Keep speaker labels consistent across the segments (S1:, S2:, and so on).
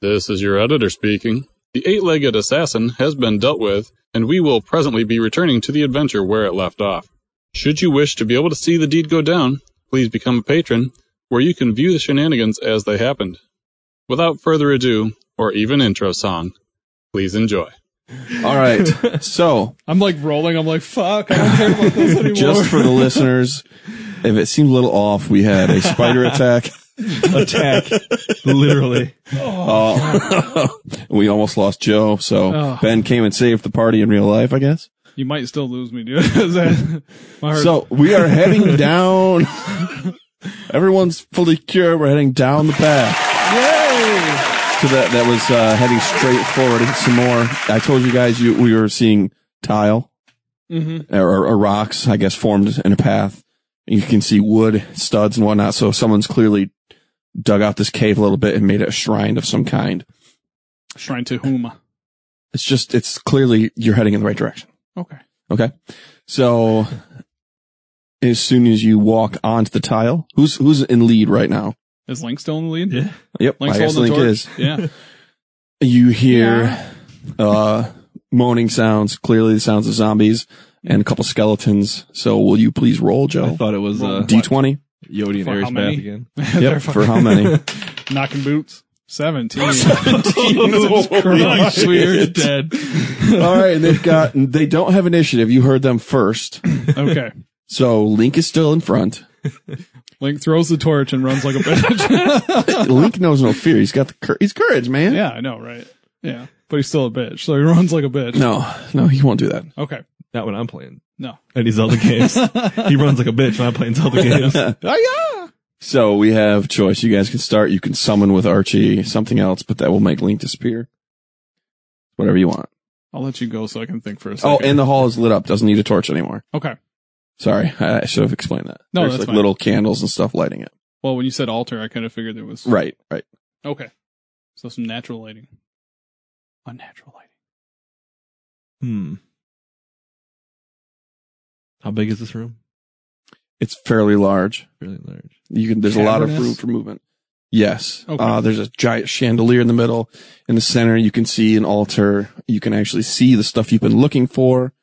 S1: This is your editor speaking. The eight-legged assassin has been dealt with, and we will presently be returning to the adventure where it left off. Should you wish to be able to see the deed go down, please become a patron, where you can view the shenanigans as they happened. Without further ado, or even intro song, please enjoy.
S2: All right. So,
S3: I'm like rolling. I'm like, fuck, I don't care about this anymore.
S2: just for the listeners, if it seemed a little off, we had a spider attack.
S4: attack. Literally.
S2: Uh, we almost lost Joe. So,
S3: Oh.
S2: Ben came and saved the party in real life, I guess.
S3: you might still lose me, dude. Is that- my heart-
S2: So, we are heading down. Everyone's fully cured. We're heading down the path.
S3: Yay!
S2: So, that, that was uh, heading straight forward. And some more. I told you guys you, we were seeing tile.
S3: Mm-hmm.
S2: or, or rocks, I guess, formed in a path. You can see wood, studs, and whatnot. So someone's clearly dug out this cave a little bit and made it a shrine of some kind.
S3: Shrine to whom?
S2: It's just, it's clearly you're heading in the right direction.
S3: Okay.
S2: Okay. So as soon as you walk onto the tile, who's, who's in lead right now?
S3: Is Link still in the lead?
S4: Yeah.
S2: Yep.
S3: Link's
S2: I guess
S3: holding
S2: Link
S3: the torch.
S2: is.
S3: Yeah.
S2: You hear, uh, moaning sounds, clearly the sounds of zombies and a couple skeletons. So will you please roll,
S4: I
S2: Joe?
S4: thought it was uh,
S2: D20
S4: Yodi and
S3: For how
S4: Aries
S3: many?
S4: Bath again.
S3: They're
S2: for how many?
S3: fucking knocking boots. Seventeen.
S4: Jesus Christ, we are dead.
S2: All right, and they've got they don't have initiative. You heard them first.
S3: okay.
S2: So Link is still in front.
S3: Link throws the torch and runs like a bitch.
S2: Link knows no fear. He's got the cour- he's courage, man.
S3: yeah, I know, right? Yeah, but he's still a bitch, so he runs like a bitch.
S2: No, no, he won't do that.
S3: Okay.
S4: Not when I'm playing
S3: No.
S4: any Zelda games. he runs like a bitch when I'm playing Zelda games.
S2: So we have choice. You guys can start. You can summon with Archie something else, but that will make Link disappear. Whatever you want.
S3: I'll let you go so I can think for a second.
S2: Oh, and the hall is lit up. Doesn't need a torch anymore.
S3: okay.
S2: Sorry, I I should have explained that.
S3: No,
S2: There's
S3: that's
S2: like
S3: fine.
S2: little candles and stuff lighting it.
S3: Well, when you said altar, I kind of figured there was
S2: Right, right.
S3: Okay. So some natural lighting. Unnatural lighting.
S4: Hmm. How big is this room?
S2: It's fairly large.
S4: Really large.
S2: You can. There's a lot of
S3: Cavernous?
S2: room for movement. Yes.
S3: Okay.
S2: Uh, there's a giant chandelier in the middle. In the center, you can see an altar. You can actually see the stuff you've been looking for.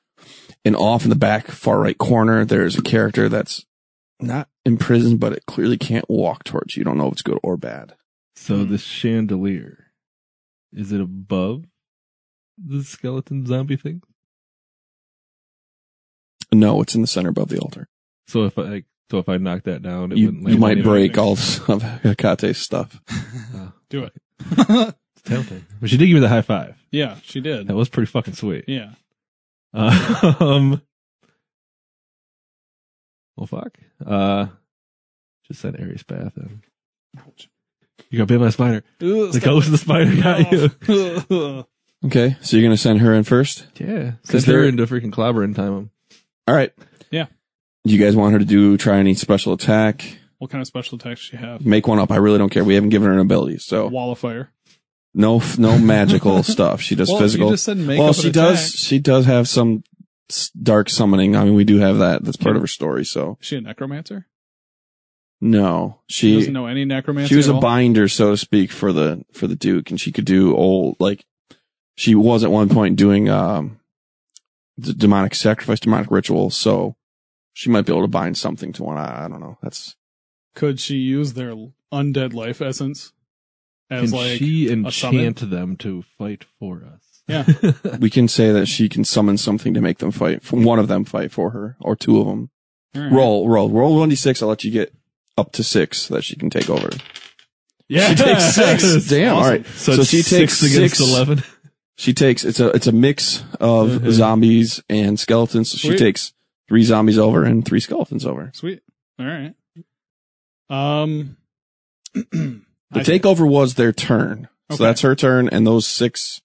S2: And off in the back, far right corner, there's a character that's not imprisoned, but it clearly can't walk towards you. You don't know if it's good or bad.
S4: So
S3: Hmm.
S4: this chandelier, is it above the skeleton zombie thing?
S2: No, it's in the center above the altar.
S4: So if I like, so if I knock that down, it
S2: You,
S4: wouldn't.
S2: you
S4: land
S2: might
S4: anywhere.
S2: break all of Hekate's stuff.
S4: Oh,
S3: Do it.
S4: it's tempting. But she did give me the high five.
S3: yeah, she did.
S4: That was pretty fucking sweet.
S3: Yeah.
S4: Uh, um, well, fuck. Uh, just sent Aries Bath in.
S3: Ouch.
S4: You got bit by a spider. The ghost of the spider got you.
S3: you.
S2: Okay, so you're going to send her in first?
S4: Yeah,
S2: 'Cause
S4: because they're
S2: they're-
S4: into freaking clobbering time.
S2: All right.
S3: Yeah.
S2: Do you guys want her to do try any special attack?
S3: what kind of special attacks does she have?
S2: make one up. I really don't care. We haven't given her an ability, so
S3: Wall of fire.
S2: no no magical stuff. She does
S3: well,
S2: physical.
S3: You just said make
S2: well,
S3: up
S2: she
S3: an
S2: does.
S3: attack.
S2: She does have some s- dark summoning. I mean, we do have that. That's part of her story. So
S3: Is she a necromancer?
S2: no,
S3: She
S2: she
S3: doesn't know any necromancy.
S2: she was
S3: at
S2: a
S3: all?
S2: binder, so to speak, for the for the Duke, and she could do old like she was at one point doing um d- demonic sacrifice, demonic rituals. So she might be able to bind something to one. I, I don't know. That's
S3: Could she use their undead life essence as
S4: Can
S3: like
S4: she
S3: summon?
S4: enchant them to fight for us?
S3: Yeah.
S2: we can say that she can summon something to make them fight. One of them fight for her, or two of them.
S3: All
S4: Hmm.
S3: right.
S2: Roll, roll, roll one d six. I'll let you get up to six so that she can take over.
S4: yeah,
S2: She takes six. Damn. All right.
S4: So,
S2: So
S4: it's
S2: she takes
S4: six against
S2: six.
S4: eleven.
S2: She takes it's a it's a mix of
S4: Mhm.
S2: zombies and skeletons. So she
S3: Sweet.
S2: takes three zombies over and three skeletons over.
S3: Sweet. All right. Um.
S2: The
S3: I-
S2: takeover was their turn, so
S3: Okay.
S2: that's her turn, and those six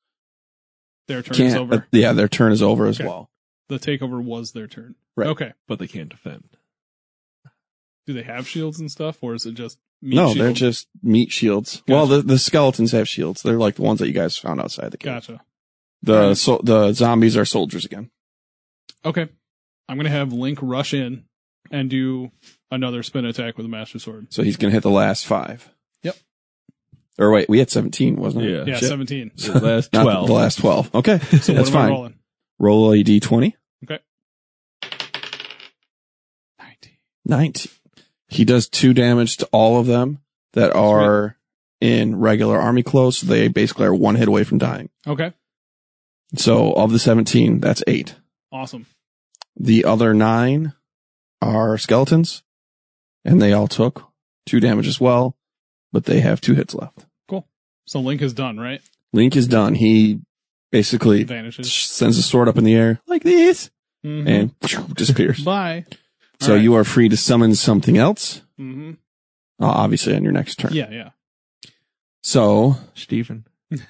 S3: Their turn is
S2: can't.
S3: over.
S2: uh, yeah, their turn is over as
S3: Okay.
S2: well.
S3: the takeover was their turn.
S2: Right.
S3: Okay.
S4: But they can't defend.
S3: Do they have shields and stuff, or is it just meat
S2: no,
S3: shield?
S2: they're just meat shields.
S3: Gotcha.
S2: Well, the, the skeletons have shields. They're like the ones that you guys found outside the cave.
S3: Gotcha.
S2: The so, the zombies are soldiers again.
S3: Okay. I'm gonna have Link rush in and do another spin attack with a Master Sword.
S2: So he's gonna hit the last five.
S3: Yep.
S2: Or wait, we had 17, wasn't it?
S4: Yeah.
S3: yeah,
S2: Shit.
S3: seventeen.
S4: The last
S2: Not
S4: 12.
S2: the last 12. Okay.
S3: So
S2: That's
S3: what am I
S2: fine.
S3: rolling?
S2: Roll a d20.
S3: Nineteen.
S2: 19. He does two damage to all of them that are in regular army clothes. So they basically are one hit away from dying.
S3: Okay,
S2: So of the 17, that's eight.
S3: awesome.
S2: The other nine are skeletons and they all took two damage as well, but they have two hits left.
S3: So Link is done, right?
S2: Link is done. He basically
S3: Vanishes.
S2: sends his sword up in the air like this
S3: Mhm.
S2: and disappears.
S3: bye.
S2: so you are free to summon something else,
S3: hmm
S2: uh, obviously on your next turn.
S3: Yeah, yeah.
S2: So
S4: Stephen.
S2: Steven.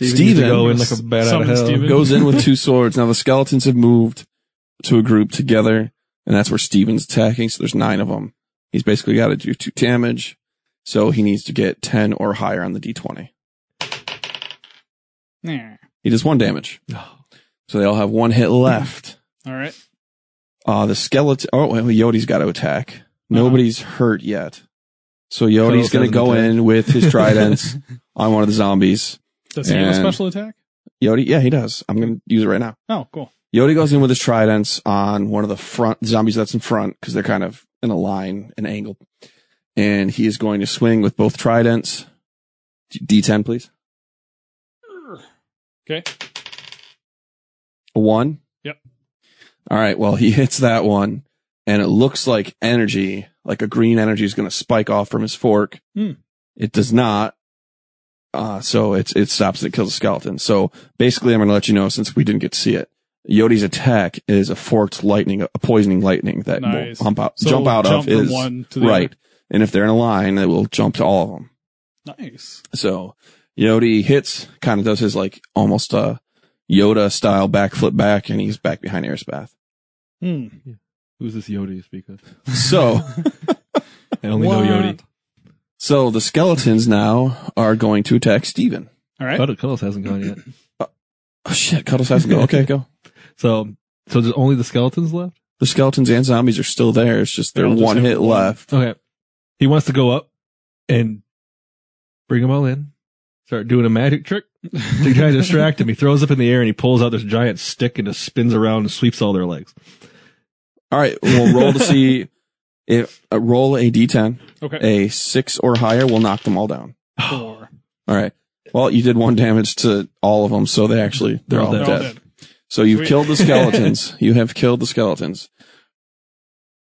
S4: Steven. Go in like a bat out of
S3: Summon
S4: hell.
S3: Steven.
S2: goes in with two swords. Now the skeletons have moved to a group together, and that's where Steven's attacking. So there's nine of them. He's basically got to do two damage. So he needs to get 10 or higher on the d20.
S3: Nah.
S2: He does one damage.
S4: Oh,
S2: So they all have one hit left.
S3: All right.
S2: Uh, the skeleton. Oh, well, Yodi's got to attack. Nobody's hurt yet. So
S4: Carlos
S2: Yodi's going to
S4: hasn't
S2: go
S4: attacked.
S2: in with his tridents on one of the zombies.
S3: Does he have a
S2: And-
S3: special attack?
S2: Yodi, yeah, he does. I'm going to use it right now.
S3: Oh, cool.
S2: Yodi goes in with his tridents on one of the front zombies that's in front because they're kind of in a line, an angle. And he is going to swing with both tridents. D- D10, please.
S3: Okay.
S2: A one.
S3: Yep.
S2: All right. Well, he hits that one and it looks like energy, like a green energy is going to spike off from his fork.
S3: Hmm.
S2: It does not. Uh, so it's, it stops and it kills the skeleton. So basically, I'm going to let you know since we didn't get to see it. Yodi's attack is a forked lightning, a poisoning lightning that
S3: Nice.
S2: will hump out,
S3: So
S2: jump out
S3: jump
S2: of
S3: from
S2: is
S3: one to the
S2: right. And if they're in a line, it will jump to all of them.
S3: other. Nice.
S2: So Yodi hits, kind of does his like almost uh, Yoda style backflip back, and he's back behind Airspath.
S3: Hmm.
S4: Who's this Yodi you speak of?
S2: So,
S4: I only know Yodi.
S2: so the skeletons now are going to attack Steven.
S3: All right.
S4: Cuddle Cuddles hasn't gone yet.
S2: Oh shit, Cuddles has to go. Okay, go.
S4: So, so there's only the skeletons left?
S2: The skeletons and zombies are still there. It's just they're
S3: They'll just
S2: one
S3: have
S2: hit
S3: one.
S2: left.
S4: Okay. He wants to go up and bring them all in. Start doing a magic trick to try to distract him. He throws up in the air and he pulls out this giant stick and just spins around and sweeps all their legs.
S2: All right, we'll roll to see if uh, roll a d10.
S3: Okay.
S2: A six or higher will knock them all down.
S3: Four.
S2: All right. Well, you did one damage to all of them, so they actually they're
S4: They're
S2: all
S4: all
S3: They're all
S2: dead.
S3: dead.
S2: So you've
S3: Sweet.
S2: killed the skeletons. you have killed the skeletons.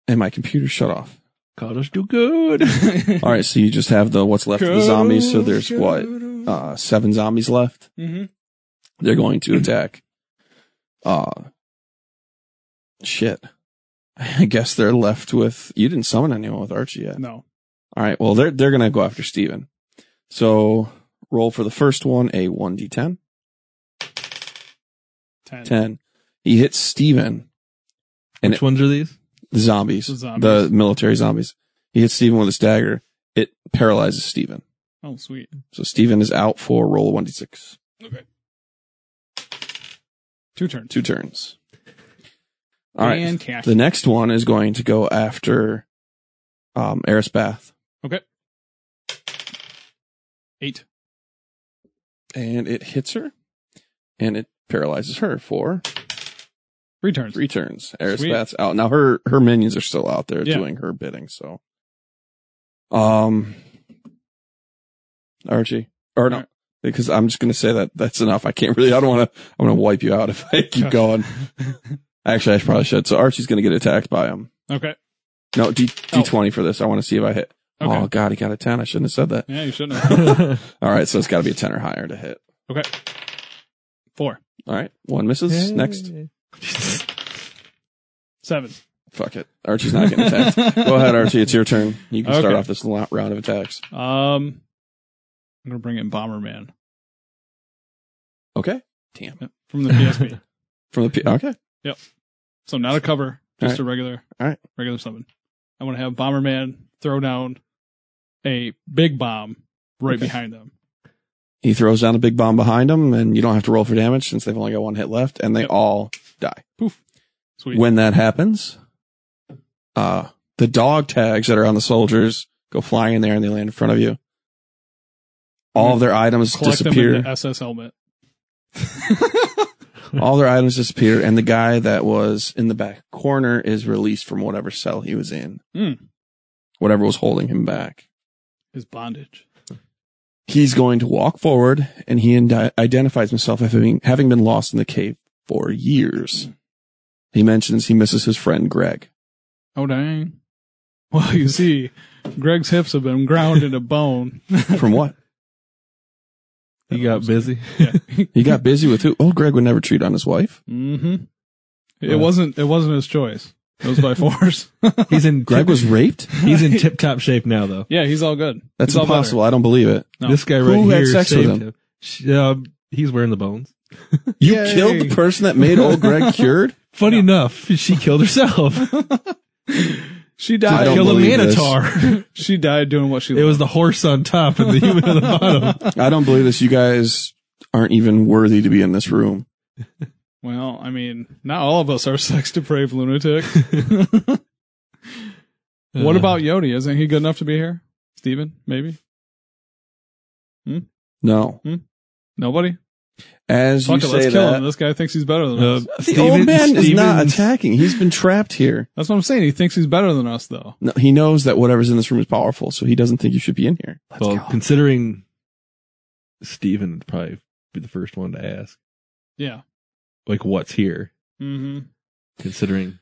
S2: And my computer shut off.
S4: Cuddles do good.
S2: All right, so you just have the what's left of the zombies. So there's what uh, seven zombies left.
S3: Mhm.
S2: They're going to attack. Uh shit. I guess they're left with you didn't summon anyone with Archie yet.
S3: No.
S2: All right, well they're they're gonna go after Steven. So roll for the first one a one d ten.
S3: Ten.
S2: Ten. He hits Steven. And
S4: Which ones are these?
S2: The zombies,
S3: The
S2: the
S3: zombies.
S2: military zombies. He hits Steven with his dagger. It paralyzes Steven.
S3: Oh, sweet.
S2: So Steven is out for roll 1d6.
S3: Okay. Two turns.
S2: Two turns. All right.
S3: And cash.
S2: The next one is going to go after um, Erisbath,
S3: Eight.
S2: and it hits her, and it paralyzes her for
S3: Three turns.
S2: three turns. Erisbath's out now. Her her minions are still out there
S3: Yeah.
S2: doing her bidding. So, um, Archie or no,
S3: Alright.
S2: because I'm just gonna say that that's enough. I can't really. I don't want to. I'm gonna wipe you out if I keep going. Actually, I probably should. So Archie's gonna get attacked by him.
S3: Okay.
S2: No, D
S3: Oh.
S2: D twenty for this. I want to see if I hit.
S3: Okay.
S2: Oh God, he got a ten. I shouldn't have said that.
S3: Yeah, you shouldn't have.
S4: Hey,
S2: All right, so it's got to be a ten or higher to hit.
S3: Okay. Four.
S2: All right, one misses. Next,
S3: Seven.
S2: fuck it. Archie's not getting attacked. Go ahead, Archie. It's your turn. You can start
S3: Okay.
S2: off this lo- round of attacks.
S3: Um, I'm gonna bring in Bomberman
S2: Okay. Damn.
S3: Yep, from the PSP.
S2: From the P-
S3: Mm-hmm.
S2: okay.
S3: so not a cover, just a regular,
S2: Alright.
S3: regular summon. I want to have Bomberman throw down a big bomb right
S2: Okay.
S3: behind them.
S2: He throws down a big bomb behind him, and you don't have to roll for damage since they've only got one hit left, and they
S3: Yep.
S2: all die.
S3: Sweet.
S2: When that happens, uh, the dog tags that are on the soldiers go flying in there, and they land in front of you. All of their items
S3: Mm-hmm. Collect them in
S2: disappear.
S3: the SS helmet.
S2: All their items disappear, and the guy that was in the back corner is released from whatever cell he was in.
S3: Hmm.
S2: Whatever was holding him back.
S3: His bondage.
S2: He's going to walk forward, and he indi- identifies himself as having, having been lost in the cave for years. He mentions he misses his friend Greg.
S3: Oh dang. Well, you see, Greg's hips have been ground into bone.
S2: From what?
S4: He got busy.
S3: Yeah.
S2: He got busy with who? Oh, Greg would never cheat on his wife.
S3: hmm It
S4: Well.
S3: wasn't. It wasn't his choice. It was by force.
S4: He's in
S2: Greg
S4: tip-
S2: was raped?
S4: he's in tip top shape now though.
S3: yeah, he's all good.
S2: That's
S3: He's all better.
S2: impossible. I don't believe it.
S3: No.
S4: This guy
S2: Who
S4: right
S2: had
S4: here
S2: sex with him?
S4: saved him. Sh- um, he's wearing the bones.
S2: You
S3: Yay.
S2: killed the person that made old Greg cured?
S4: Funny enough, she killed herself.
S3: She
S2: I
S3: died.
S2: don't
S4: killed a
S2: believe this.
S4: manatar.
S3: She died doing what she.
S4: It was the horse on top and the human on the bottom.
S2: I don't believe this. You guys aren't even worthy to be in this room.
S3: Well, I mean, not all of us are sex depraved lunatic. what
S4: Uh,
S3: about Yodi? Isn't he good enough to be here? Steven, maybe?
S2: No.
S3: Nobody?
S2: As
S3: Fuck it,
S2: you say
S3: let's kill
S2: that,
S3: him. This guy thinks he's better than
S4: uh,
S3: us.
S2: the
S4: Steven-
S2: old man is not
S4: Steven's-
S2: attacking. He's been trapped here.
S3: That's what I'm saying. He thinks he's better than us, though.
S2: No, he knows that whatever's in this room is powerful, so he doesn't think you should be in here.
S4: Well, considering Steven would probably be the first one to ask,
S3: Yeah.
S4: like, what's here?
S3: Mm-hmm.
S4: Considering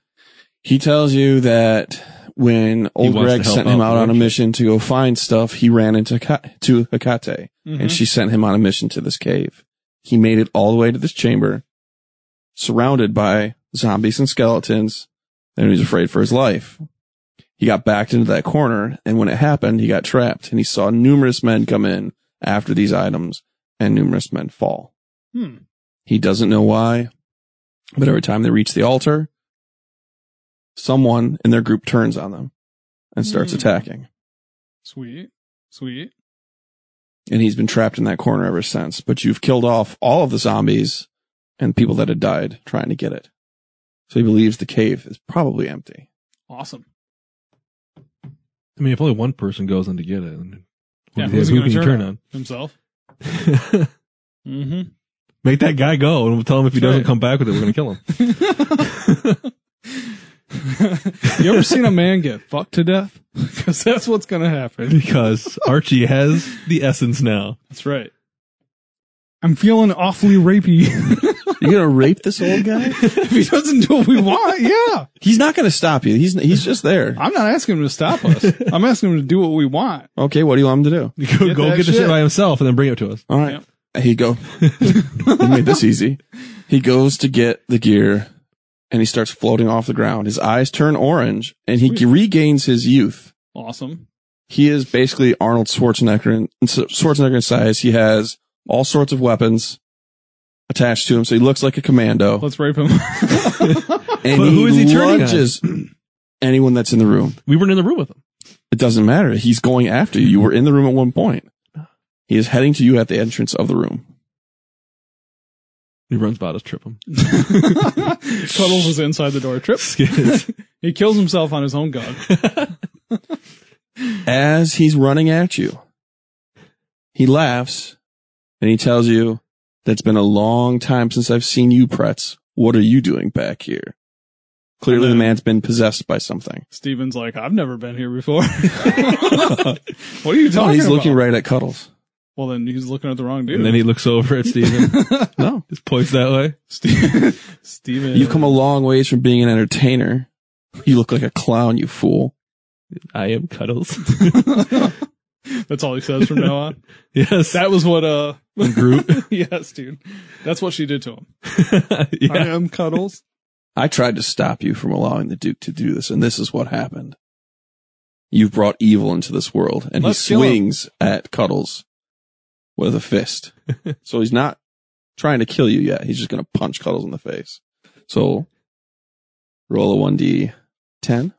S2: He tells you that when old
S4: wants
S2: Greg
S4: to help
S2: sent him
S4: out
S2: out
S4: the
S2: on a
S4: workers.
S2: mission to go find stuff, he ran into Heka- to Hecate,
S4: Mm-hmm.
S3: Mm-hmm.
S2: and she sent him on a mission to this cave. He made it all the way to this chamber, surrounded by zombies and skeletons, and he was afraid for his life. He got backed into that corner, and when it happened, he got trapped, and he saw numerous men come in after these items, and numerous men fall.
S3: Hmm.
S2: He doesn't know why, but every time they reach the altar, someone in their group turns on them and starts
S3: Hmm.
S2: attacking.
S3: Sweet. Sweet.
S2: And he's been trapped in that corner ever since. But you've killed off all of the zombies and people that had died trying to get it. So he believes the cave is probably empty.
S3: Awesome.
S4: I mean, if only one person goes in to get it, and
S3: Yeah,
S4: who,
S3: who's
S4: who
S3: he gonna
S4: can you
S3: turn
S4: turn on?
S3: Himself. Mm-hmm.
S4: Make that guy go, and we'll tell him if he
S3: That's
S4: doesn't
S3: right.
S4: come back with it, we're gonna kill him.
S3: you ever seen a man get fucked to death? Because that's what's going to happen.
S4: because Archie has the essence now.
S3: That's right. I'm feeling awfully rapey.
S2: You're gonna rape this old guy?
S3: if he doesn't do what we want, yeah.
S2: He's not gonna stop you. He's he's just there.
S3: I'm not asking him to stop us. I'm asking him to do what we want.
S2: Okay, what do you want him to do?
S4: Go get, go
S3: that
S4: get the shit
S3: shit.
S4: by himself and then bring it to us.
S2: All right. He go. he made this easy. He goes to get the gear, and he starts floating off the ground. His eyes turn orange, and he regains his youth.
S3: Awesome.
S2: he is basically Arnold Schwarzenegger in, Schwarzenegger in size. He has all sorts of weapons attached to him, so he looks like a commando.
S3: Let's rape him.
S2: And
S4: But
S2: he,
S4: who is he turning on?
S2: lunges anyone that's in the room.
S4: We weren't in the room with him.
S2: It doesn't matter. He's going after you. You were in the room at one point. He is heading to you at the entrance of the room.
S4: He runs about us, trip him.
S3: Cuddles is inside the door. Trip. he kills himself on his own gun.
S2: As he's running at you, he laughs and he tells you, That's been a long time since I've seen you, Pretz. What are you doing back here? Clearly, the man's been possessed by something.
S3: Steven's like, I've never been here before. what are you
S2: No,
S3: talking
S2: he's
S3: about?
S2: looking right at Cuddles.
S3: well, then he's looking at the wrong dude.
S4: And then he looks over at Steven.
S2: No.
S4: Just points that way.
S3: Ste- Steven.
S2: You've come a long ways from being an entertainer. You look like a clown, you fool.
S4: I am Cuddles.
S3: That's all he says from now on.
S4: yes.
S3: That was what, uh,
S4: group.
S3: yes, dude. That's what she did to him. I
S4: yeah.
S3: am Cuddles.
S2: I tried to stop you from allowing the Duke to do this, and this is what happened. You've brought evil into this world, and
S3: Let's
S2: he
S3: kill him.
S2: swings at Cuddles with a fist. so he's not trying to kill you yet. He's just going to punch Cuddles in the face. So roll a 1d10.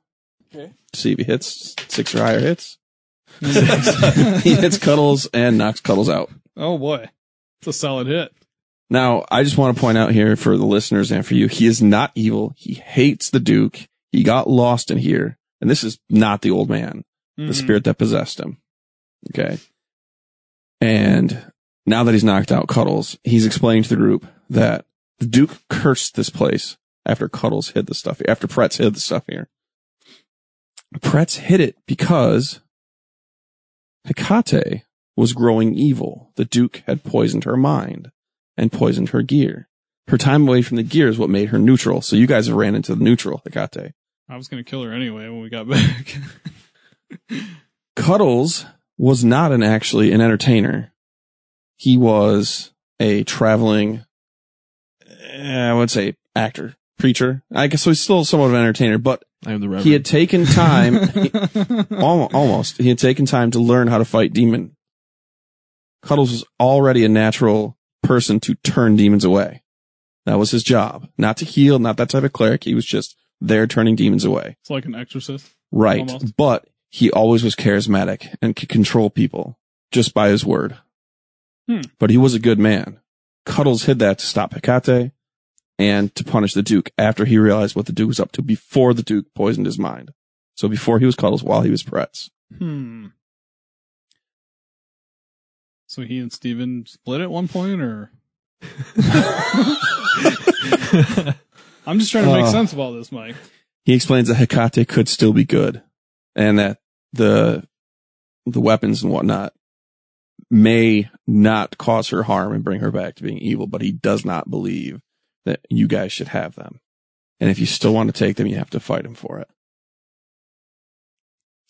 S3: Okay.
S2: See if he hits six or higher hits. he hits Cuddles and knocks Cuddles out.
S3: Oh boy. It's a solid hit.
S2: Now, I just want to point out here for the listeners and for you, he is not evil. He hates the Duke. He got lost in here. And this is not the old man,
S3: Mhm.
S2: the spirit that possessed him. Okay. And now that he's knocked out Cuddles, he's explaining to the group that the Duke cursed this place after Cuddles hid the stuff, after Pretz hid the stuff here. Pretz hid it because Hecate was growing evil. The Duke had poisoned her mind and poisoned her gear. Her time away from the gear is what made her neutral. So you guys have ran into the neutral Hecate.
S3: I was gonna kill her anyway when we got back.
S2: Cuddles was not an actually an entertainer. He was a traveling, eh, I would say actor, preacher. I guess so. He's still somewhat of an entertainer, but
S4: I am the
S2: he had taken time. Al- almost. He had taken time to learn how to fight demon. Cuddles was already a natural person to turn demons away. That was his job. Not to heal, not that type of cleric. He was just there turning demons away.
S3: it's like an exorcist.
S2: Right.
S3: Almost.
S2: But he always was charismatic and could control people just by his word.
S3: Hmm.
S2: But he was a good man. Cuddles hid that to stop Hecate and to punish the Duke after he realized what the Duke was up to before the Duke poisoned his mind. So before he was Cuddles, while he was Pretz.
S3: Hmm. So he and Steven split at one point, or I'm just trying to make
S2: Uh.
S3: sense of all this, Mike.
S2: He explains that Hecate could still be good and that the, the weapons and whatnot may not cause her harm and bring her back to being evil, but he does not believe that you guys should have them. And if you still want to take them, you have to fight him for it.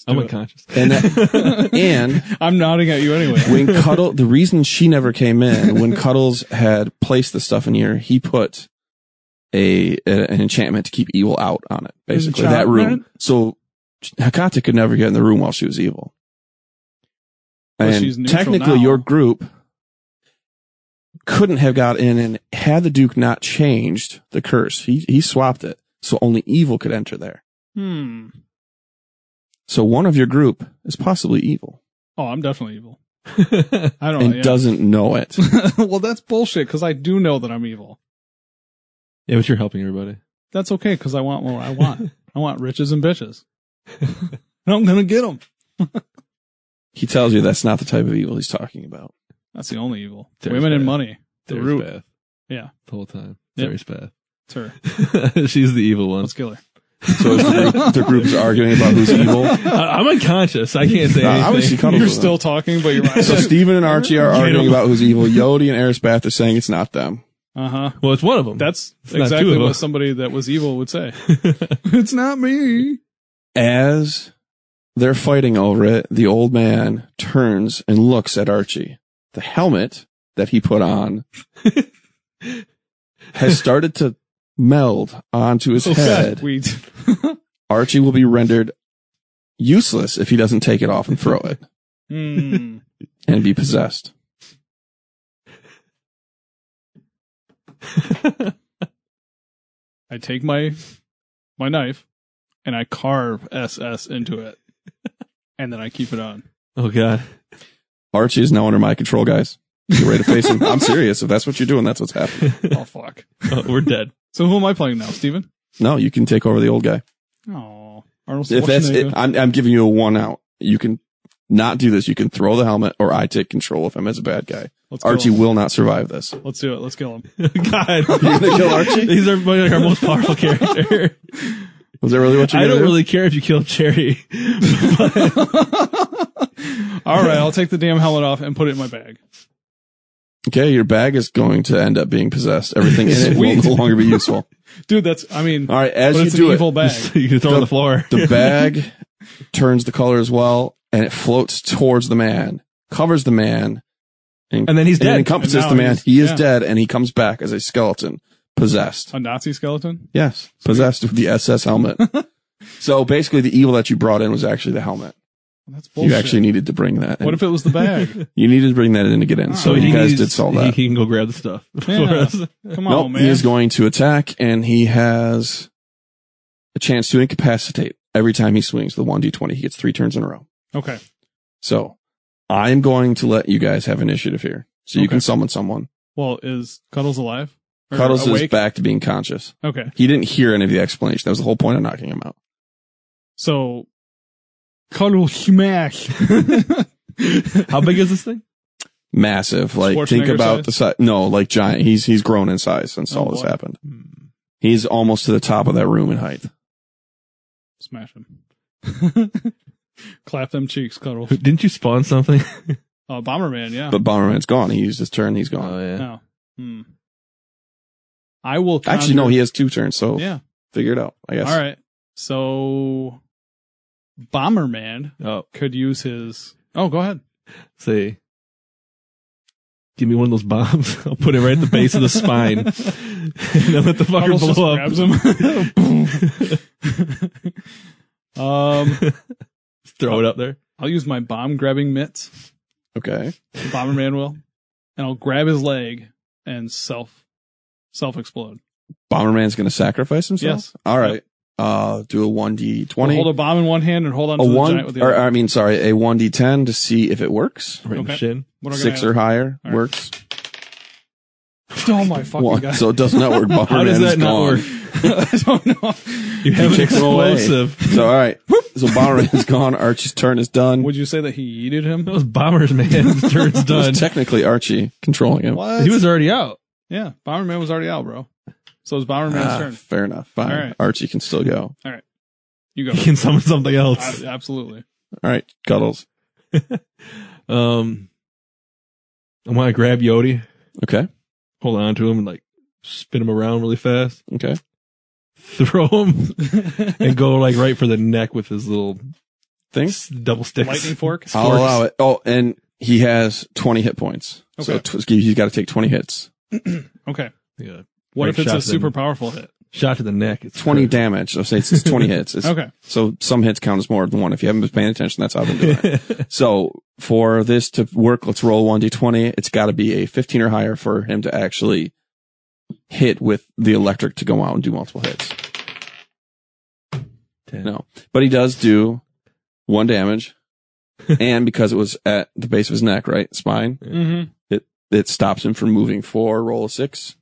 S4: I'm
S3: do it.
S4: unconscious.
S2: And uh, that- And
S3: I'm nodding at you anyway.
S2: when Cuddle, the reason she never came in, when Cuddles had placed the stuff in here, he put a, a- an enchantment to keep evil out on it,
S3: There's
S2: basically that room.
S3: enchantment?
S2: So Hakata could never get in the room while she was evil.
S3: But
S2: and
S3: she's neutral
S2: technically,
S3: now.
S2: your group couldn't have got in, and had the Duke not changed the curse, he he swapped it, so only evil could enter there.
S3: Hmm.
S2: So one of your group is possibly evil
S3: Oh, I'm definitely evil. I don't.
S2: and
S3: know.
S2: doesn't know it.
S3: yeah. well, that's bullshit because I do know that I'm evil.
S4: yeah, but you're helping everybody.
S3: That's okay because I want what I want. I want riches and bitches. and I'm gonna get them.
S2: He tells you that's not the type of evil he's talking about.
S3: That's the only evil.
S4: There's
S3: Women and
S4: that.
S3: money. The
S4: There's
S3: root.
S4: Beth.
S3: Yeah.
S4: The whole time.
S3: Yep.
S4: There's Beth.
S3: It's her.
S4: She's the evil one.
S3: Let's kill her.
S2: So is the, group, the group's arguing about who's evil.
S4: I, am unconscious. I can't say
S2: Nah, I was
S4: anything.
S2: just- Cuddles
S3: You're
S2: with
S3: still talking, but you're right.
S2: So Steven and Archie are
S4: Get
S2: arguing
S4: 'em.
S2: about who's evil. Yodi and Erisbath are saying it's not them.
S3: uh huh.
S4: well, it's one of them.
S3: That's
S4: It's not two
S3: exactly
S4: of
S3: what
S4: us.
S3: somebody that was evil would say. it's not me.
S2: As they're fighting over it, the old man turns and looks at Archie. The helmet that he put on has started to meld onto his
S3: Oh,
S2: head.
S3: God, we
S2: Archie will be rendered useless if he doesn't take it off and throw it
S3: Hmm.
S2: and be possessed.
S3: I take my my knife and I carve SS into it, and then I keep it on.
S4: oh god.
S2: Archie is now under my control, guys. Get ready to face him. I'm serious. If that's what you're doing, that's what's happening.
S3: Oh fuck!
S4: Oh, we're dead.
S3: So who am I playing now, Steven?
S2: No, you can take over the old guy.
S3: Oh, Arnold
S2: If that's it,
S3: Schwarzenegger.
S2: I'm, I'm giving you a one out. You can not do this. You can throw the helmet or I take control of him as a bad guy.
S3: Let's
S2: Archie
S3: Kill him.
S2: will not survive this.
S3: Let's do it. Let's kill him.
S4: god.
S2: You're gonna kill Archie?
S4: He's our, like, our most powerful character.
S2: Was that really what you're
S4: I
S2: going to
S4: don't
S2: do?
S4: really care if you kill Cherry. But
S3: All right, I'll take the damn helmet off and put it in my bag.
S2: okay, your bag is going to end up being possessed. Everything in it will
S3: Sweet.
S2: no longer be useful.
S3: Dude, that's. I mean,
S2: All right, as
S3: but
S2: you
S3: it's an
S2: do it,
S3: evil bag.
S4: you can throw it on the floor.
S2: the bag turns the color as well, and it floats towards the man, covers the man,
S4: and then he's
S2: and it
S4: dead.
S2: encompasses
S3: And now
S2: the man.
S3: he's-
S2: He is
S3: yeah.
S2: dead, and he comes back as a skeleton, possessed.
S3: A Nazi skeleton.
S2: Yes, possessed with the SS helmet. so basically, the evil that you brought in was actually the helmet.
S3: That's bullshit.
S2: You actually needed to bring that. In.
S3: What if it was the bag?
S2: you needed to bring that in to get in? So
S3: Oh,
S2: you
S4: he
S2: guys
S4: needs-
S2: did solve
S4: he-
S2: that.
S4: He, can go grab the stuff. for
S3: Yeah.
S4: us.
S3: Come on,
S2: nope,
S3: man.
S2: he is going to attack, and he has a chance to incapacitate every time he swings the one d twenty. He gets three turns in a row.
S3: okay.
S2: So I'm going to let you guys have initiative here, so you
S3: Okay.
S2: can summon someone.
S3: Well, is Cuddles alive? Or
S2: Cuddles is
S3: awake?
S2: back to being conscious.
S3: Okay.
S2: He didn't hear any of the explanation. That was the whole point of knocking him out.
S3: So, Cuddles smash.
S4: How big is this thing?
S2: massive. Like think
S3: Schwarzenegger
S2: about
S3: size?
S2: the size. No, like giant. He's he's grown in size since all this
S3: Oh, boy.
S2: happened.
S3: Hmm.
S2: He's almost to the top of that room in height.
S3: Smash him. Clap them cheeks, cuddle.
S4: Didn't you spawn something?
S3: Oh, Bomberman, yeah.
S2: But Bomberman's gone. He used his turn. He's
S3: Uh,
S2: gone.
S4: yeah.
S3: no. Hmm. I will conjure-
S2: Actually, no. He has two turns. So
S3: Yeah.
S2: figure it out. I guess.
S3: All right. So Bomberman
S4: Oh,
S3: could use his Oh, go ahead.
S4: say, give me one of those bombs. I'll put it right at the base of the spine, and then let the fucker
S3: Cuddles just
S4: blow up.
S3: grabs him. um
S4: Throw it up there.
S3: I'll use my bomb grabbing mitts.
S2: Okay.
S3: Bomberman will. And I'll grab his leg and self self explode.
S2: Bomberman's gonna sacrifice himself.
S3: Yes.
S2: All right. Uh, do a one d
S3: We'll
S2: twenty.
S3: hold a bomb in one hand and hold on
S2: A
S3: to the giant with
S2: one,
S3: the
S2: or
S3: other.
S2: I mean, sorry, a one d ten to see if it works.
S4: Right in the
S3: Okay.
S4: shin.
S3: What are we gonna
S2: Six or higher
S3: All right.
S2: works.
S3: have? Oh my fucking
S2: One.
S3: god.
S2: So it does not work. Bomberman
S4: How does
S2: is
S4: that not
S2: gone.
S4: work?
S3: I don't know.
S4: You have an
S2: kicked him away.
S4: explosive.
S2: So all right. so Bomberman is gone. Archie's turn is done.
S3: Would you say that he yeeted him?
S4: Those bombers, man. Turn's
S2: It was
S4: done.
S2: technically Archie controlling him.
S3: What?
S4: He was already out.
S3: yeah, Bomberman was already out, bro. So it's Bomberman's
S2: Ah,
S3: turn.
S2: fair enough. Fine.
S3: All right.
S2: Archie can still go.
S3: You go.
S4: He can summon something else.
S3: A- Absolutely.
S2: All right. Cuddles.
S4: Um, I want to grab Yodi,
S2: Okay.
S4: hold on to him, and like spin him around really fast,
S2: Okay.
S4: throw him, and go like right for the neck with his little
S2: Thanks.
S4: s- double sticks.
S3: Lightning fork.
S2: I'll allow it. Oh, and he has 20 hit points. So
S3: Okay.
S2: tw- he's got to take 20 hits.
S3: Okay.
S4: Yeah.
S3: What
S4: Right
S3: if it's a
S4: shot
S3: super
S4: then.
S3: powerful hit?
S4: Shot to the neck. It's
S2: 20
S4: critical.
S2: damage. So say it's, it's 20 hits. It's-
S3: Okay.
S2: So some hits count as more than one. If you haven't been paying attention, that's how I've been doing it. So for this to work, let's roll 1d20. It's got to be a 15 or higher for him to actually hit with the electric to go out and do multiple hits.
S4: Ten.
S2: No. But he does do one damage. and because it was at the base of his neck, right? Spine,
S3: Mm-hmm.
S2: it stops him from moving four, roll a six.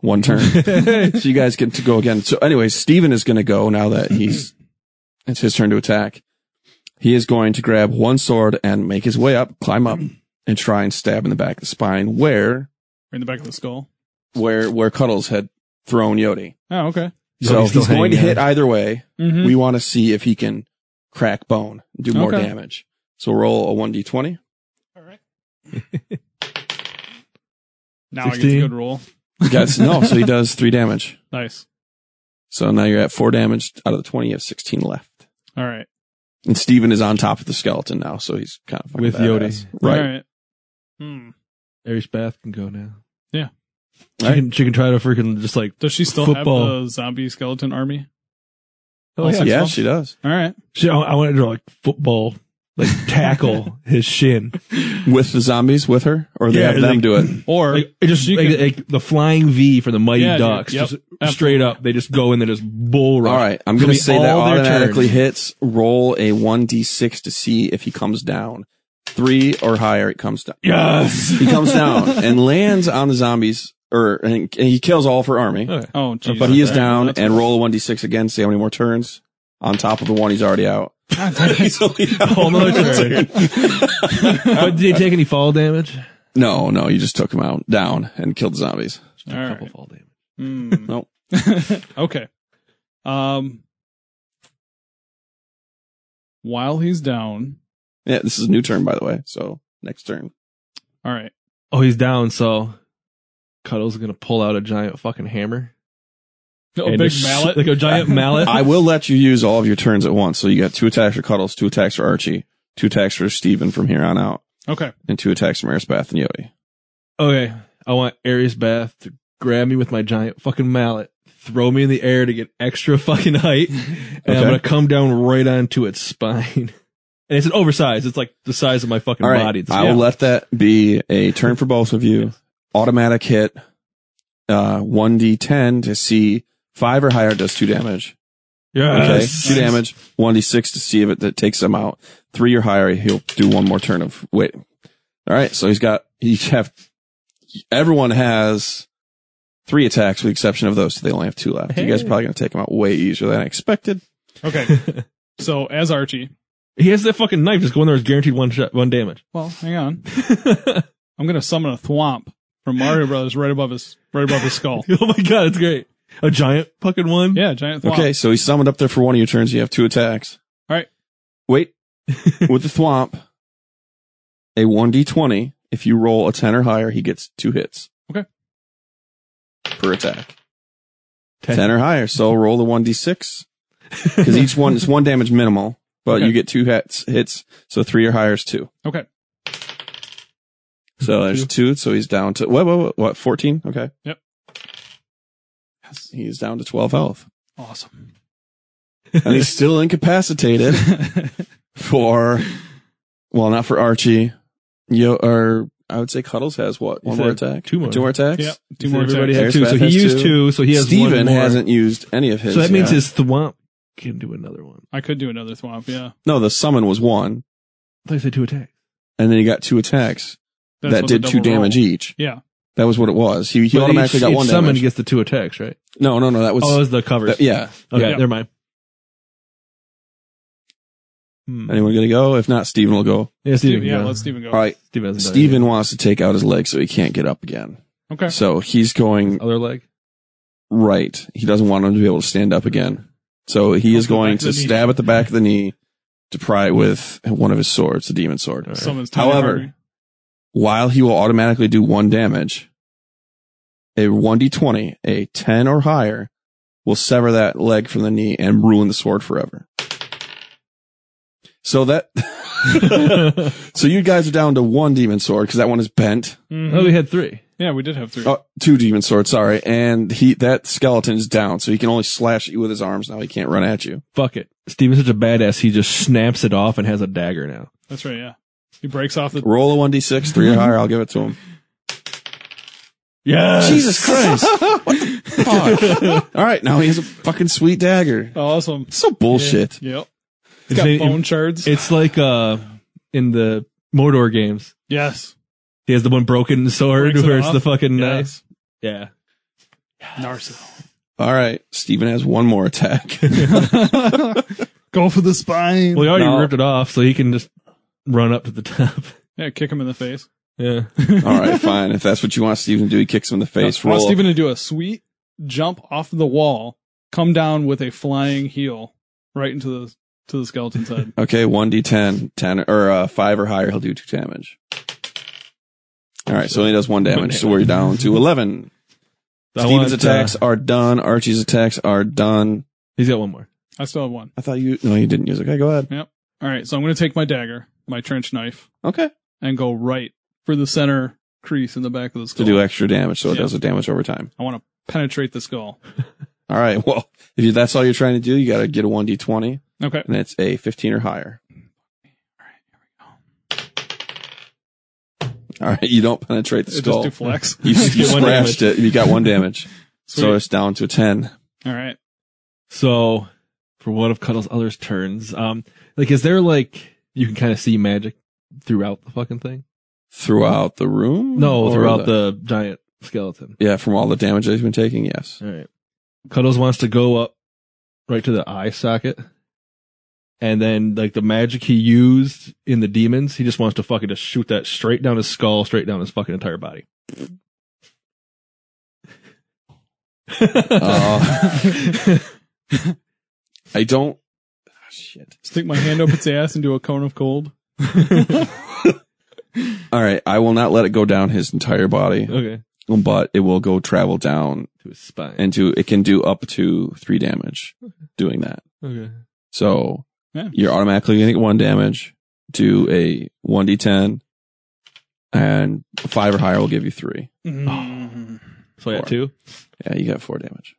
S2: One turn. so you guys get to go again. So anyway, Steven is going to go now that he's it's his turn to attack. He is going to grab one sword and make his way up, climb up, and try and stab in the back of the spine where
S3: In the back of the skull.
S2: where where Cuddles had thrown Yodi.
S3: Oh, okay.
S2: So
S4: Yodi's still
S2: he's going to
S4: hanging
S2: hit either way.
S3: Mm-hmm.
S2: We want to see if he can crack bone, do more
S3: Okay.
S2: damage. So roll a one d twenty.
S3: All right. now I get a
S4: 16.
S3: good roll.
S2: Yes, no. So he does three damage.
S3: Nice.
S2: So now you're at four damage out of the twenty. You have sixteen left.
S3: All right.
S2: And Steven is on top of the skeleton now, so he's kind of fucking
S4: With
S2: badass.
S4: Yodi.
S2: Right.
S3: All right. Hmm.
S4: Aries Bath can go now.
S3: Yeah.
S4: She, can, she can try to freaking just like.
S3: Does she still have
S4: Football.
S3: the zombie skeleton army?
S4: Oh, yeah.
S2: yeah, she does.
S3: All right.
S4: She, I, I wanted to like football, like tackle his shin.
S2: With the zombies with her, or they
S4: Yeah,
S2: have them
S4: like-
S2: do it.
S3: Or
S4: Like, it just
S3: she
S4: like,
S3: could-
S4: like the flying V for the Mighty
S3: Yeah, dude.
S4: Ducks,
S3: Yep.
S4: just straight up. They just go in and just bull rush.
S2: All right, I'm going to
S4: It'll be
S2: say that
S4: all their
S2: automatically
S4: turns.
S2: hits. Roll a one d6 to see if he comes down. Three or higher, it comes down.
S4: Yes.
S2: He comes down and lands on the zombies, or and, and he kills all of her army.
S4: Okay.
S3: oh, geez.
S2: But he is
S3: All right,
S2: down
S3: that's-
S2: and roll a one d6 again. See how many more turns. On top of the one, he's already out. He's only out
S4: Whole nother turn. but Uh, did he take any fall damage?
S2: No, no, you just took him out down and killed the zombies.
S3: All
S4: A
S3: right.
S4: couple fall damage.
S3: Mm.
S2: Nope.
S3: okay. Um, while he's down,
S2: Yeah, this is a new turn, by the way. So next turn.
S3: all right.
S4: Oh, he's down. So Cuddles is gonna pull out a giant fucking hammer,
S3: A
S4: And
S3: Oh, big
S4: just-
S3: mallet.
S4: like a giant mallet.
S2: I will let you use all of your turns at once. So you got two attacks for Cuddles, two attacks for Archie, two attacks for Steven from here on out,
S3: okay.
S2: and two attacks from Erisbath and Yodi.
S4: Okay, I want Aries Bath to grab me with my giant fucking mallet, throw me in the air to get extra fucking height, and I'm
S2: Okay.
S4: gonna come down right onto its spine. And it's an oversized. It's like the size of my fucking
S2: All right.
S4: body. It's-
S2: I will
S4: yeah.
S2: let that be a turn for both of you. Automatic hit, uh, 1d10 to see five or higher does two damage. Okay.
S4: Yes.
S2: Two
S3: Nice.
S2: damage, 1d6 to see if it that takes him out. Three or higher, he'll do one more turn of wait. All right. So he's got, he have, everyone has three attacks with the exception of those. So they only have two left. You guys are
S4: Hey.
S2: probably going to take him out way easier than I expected.
S3: Okay. so as Archie,
S4: He has that fucking knife. Just go in there. It's guaranteed one shot, one damage. Oh
S3: Well, hang on. I'm gonna summon a thwomp from Mario Brothers right above his right above his skull.
S4: Oh my god, it's great. A giant fucking one.
S3: Yeah, giant thwomp.
S2: Okay, so he's summoned up there for one of your turns. You have two attacks.
S3: All right.
S2: Wait. With the thwomp, a 1d20, if you roll a 10 or higher, he gets two hits.
S3: Okay.
S2: Per attack. 10, or higher. So roll the 1d6. Because each one is one damage minimal, but
S3: Okay.
S2: you get two hits, hits. So three or higher is two.
S3: Okay.
S2: So there's two. So he's down to, what, what, what, what 14? Okay.
S3: Yep.
S2: He's down to 12 health.
S3: Awesome.
S2: and he's still incapacitated for well not for archie yo or i would say cuddles has what
S4: You
S2: one more
S4: said
S2: attack
S4: two more.
S2: two more attacks
S3: Yep. Two more
S4: Everybody
S3: attacks.
S4: had two, so
S2: Airspeth
S4: he
S2: has
S4: used
S2: two.
S4: two. So he has
S2: steven
S4: one more.
S2: hasn't used any of his
S4: so that means
S2: yeah.
S4: his thwomp can do another one.
S3: I could do another thwomp. Yeah.
S2: no the summon was one
S4: I thought you said two attacks.
S2: and then he got two attacks
S3: That's
S2: that
S3: what the
S2: did two
S3: double roll-
S2: damage each
S3: Yeah.
S2: that was what it was he, he
S4: But
S2: automatically
S4: each-
S2: got
S4: each
S2: one
S4: summon
S2: damage
S4: gets the two attacks, right?
S2: no no no that was
S4: oh, it was the covers.
S2: that- yeah
S4: Okay,
S3: Yeah.
S4: never mind. Hmm.
S2: anyone gonna go if not steven will go
S4: yeah, Steven,
S3: yeah,
S4: yeah,
S3: let Steven go.
S2: all right
S4: Steven hasn't done
S2: steven wants to take out his leg so he can't get up again
S3: Okay.
S2: so he's going
S4: anything. other leg.
S2: Right. He doesn't want him to be able to stand up again. So he is
S3: the back
S2: going
S3: of
S2: to
S3: the knee.
S2: stab at the back of the knee to pry with one of his swords, the demon sword.
S4: All right.
S3: Someone's tiny
S2: However,
S3: army.
S2: while he will automatically do one damage, a 1d20, a 10 or higher, will sever that leg from the knee and ruin the sword forever. So that, so you guys are down to one demon sword because that one is bent.
S3: Mhm.
S4: oh, we had three.
S3: yeah, we did have three.
S2: Oh, two demon swords, sorry. And he, that skeleton is down, so he can only slash at you with his arms now. He can't run at you.
S4: Fuck it. Steven's such a badass. He just snaps it off and has a dagger now.
S3: That's right. Yeah. He breaks off the.
S2: Roll a 1d6, three or higher, I'll give it to him.
S4: Yeah.
S2: Jesus Christ. what the fuck? All right, now he has a fucking sweet dagger.
S3: Oh, Awesome.
S2: It's so bullshit.
S3: Yep.
S4: It's,
S3: It's got
S4: in-
S3: bone shards.
S4: it's like uh in the Mordor games.
S3: yes.
S4: He has the one broken sword
S3: Breaks it
S4: where it's
S3: off.
S4: the fucking knife.
S3: Yes.
S4: Yeah.
S3: Narso.
S2: All right, Steven has one more attack.
S3: Go for the spine.
S4: Well, he already
S2: No.
S4: ripped it off, so he can just run up to the top.
S3: yeah, kick him in the face.
S4: Yeah.
S2: All right, fine. If that's what you want Steven to do, he kicks him in the face.
S3: I want
S2: Roll.
S3: Steven to do a sweet jump off the wall, come down with a flying heel right into the to the skeleton's head.
S2: Okay, 1d10, 10 or uh, 5 or higher, he'll do 2 damage. All right, so he only does 1 damage, so we're down to 11.
S4: I
S2: Steven's
S4: want, uh,
S2: attacks are done. Archie's attacks are done.
S4: he's got one more.
S3: I still have one.
S2: I thought you. No, you didn't use. it. Okay, go ahead.
S3: All right, so I'm going to take my dagger, my trench knife,
S2: Okay.
S3: and go right for the center crease in the back of the
S2: To
S3: skull.
S2: do extra damage, so it
S3: Yeah.
S2: does the damage over time.
S3: I want to penetrate the skull.
S2: All right. Well, if you, that's all you're trying to do, you got to get a one d twenty,
S3: Okay.
S2: and it's a fifteen or higher. All right. You don't penetrate the
S3: It
S2: skull.
S3: just deflects.
S2: you you
S4: Get one
S2: scratched it. You got one damage, so
S3: Sweet.
S2: it's down to ten.
S3: All right.
S4: So, for one of Cuddle's other turns, um, like, is there like you can kind of see magic throughout the fucking thing?
S2: Throughout the room?
S4: No,
S2: Or
S4: throughout the giant skeleton.
S2: yeah, from all the damage that he's been taking. Yes.
S4: All right. Cuddles wants to go up right to the eye socket. And then, like, the magic he used in the demons, he just wants to fucking just shoot that straight down his skull, straight down his fucking entire body.
S2: Uh. I don't. Ah, shit.
S3: Stick my hand up its ass and do a cone of cold.
S2: All right. I will not let it go down his entire body,
S4: okay.
S2: but it will go travel down
S4: To his spine.
S2: and do it can do up to three damage doing that.
S4: okay.
S2: So
S3: Yeah.
S2: you're automatically gonna get one damage, do a one D ten, and five or higher will give you three.
S3: Mm.
S4: So I got
S2: Four.
S4: two.
S2: Yeah, you got four damage.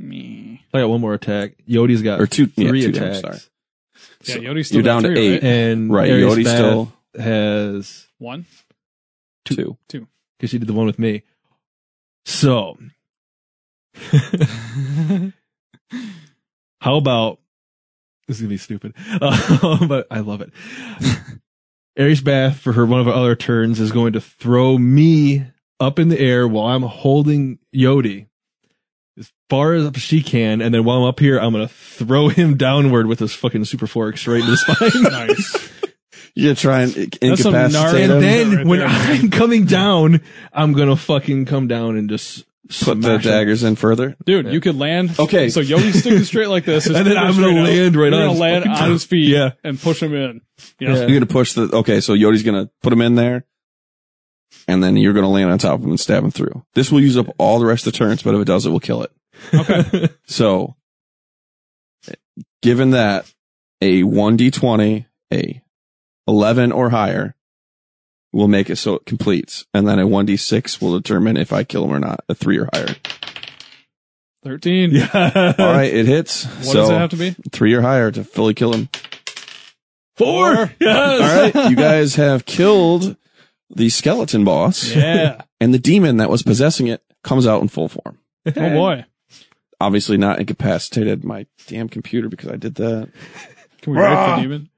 S3: Me.
S4: I got one more attack. Yodi's got
S2: Or two yeah,
S4: three
S2: two
S4: attacks.
S2: damage, sorry.
S3: Yeah,
S2: So
S3: Yodi's still
S2: you're
S3: got
S2: down to
S3: three,
S2: eight.
S3: Right?
S4: And
S2: Right,
S4: Ares
S2: Yodi's
S4: Bath
S2: still
S4: has
S3: One.
S2: two.
S4: because she did the one with me. So, how about this is gonna be stupid, uh, but I love it. Aries Bath for her one of her other turns is going to throw me up in the air while I'm holding Yodi. Just far as she can, and then while I'm up here, I'm gonna throw him downward with this fucking super fork straight in the spine.
S3: nice.
S2: You're trying to
S3: That's some
S2: incapacitate
S3: gnarly-
S4: and
S2: him.
S4: then
S3: Right
S4: when
S3: there.
S4: I'm coming down, I'm gonna fucking come down and just
S2: Put the
S4: smash him.
S2: daggers in further.
S3: Dude, you could land.
S2: Okay.
S3: So Yogi's sticking straight like this. his
S4: And then
S3: feet are
S4: I'm gonna
S3: straight out.
S4: land right
S3: You're
S4: on
S3: gonna
S4: his
S3: land
S4: fucking
S3: on his feet
S4: Yeah.
S3: and push him in. You know?
S4: Yeah.
S2: You're gonna push the. Okay, so Yodi's gonna put him in there, and then you're gonna land on top of him and stab him through. This will use up all the rest of the turns, but if it does, it will kill it.
S4: Okay.
S2: So, given that a 1d20, a 11 or higher will make it so it completes, and then a 1d6 will determine if I kill him or not, a 3 or higher.
S3: 13.
S4: yeah.
S2: All right, it hits.
S3: What does it
S2: so,
S3: have to be?
S2: 3 or higher to fully kill him.
S4: Four.
S3: Four.
S4: Yes.
S2: All right, you guys have killed the skeleton boss,
S3: Yeah.
S2: and the demon that was possessing it comes out in full form.
S3: oh boy.
S2: Obviously, not incapacitated my damn computer because I did that.
S3: Can we write the demon?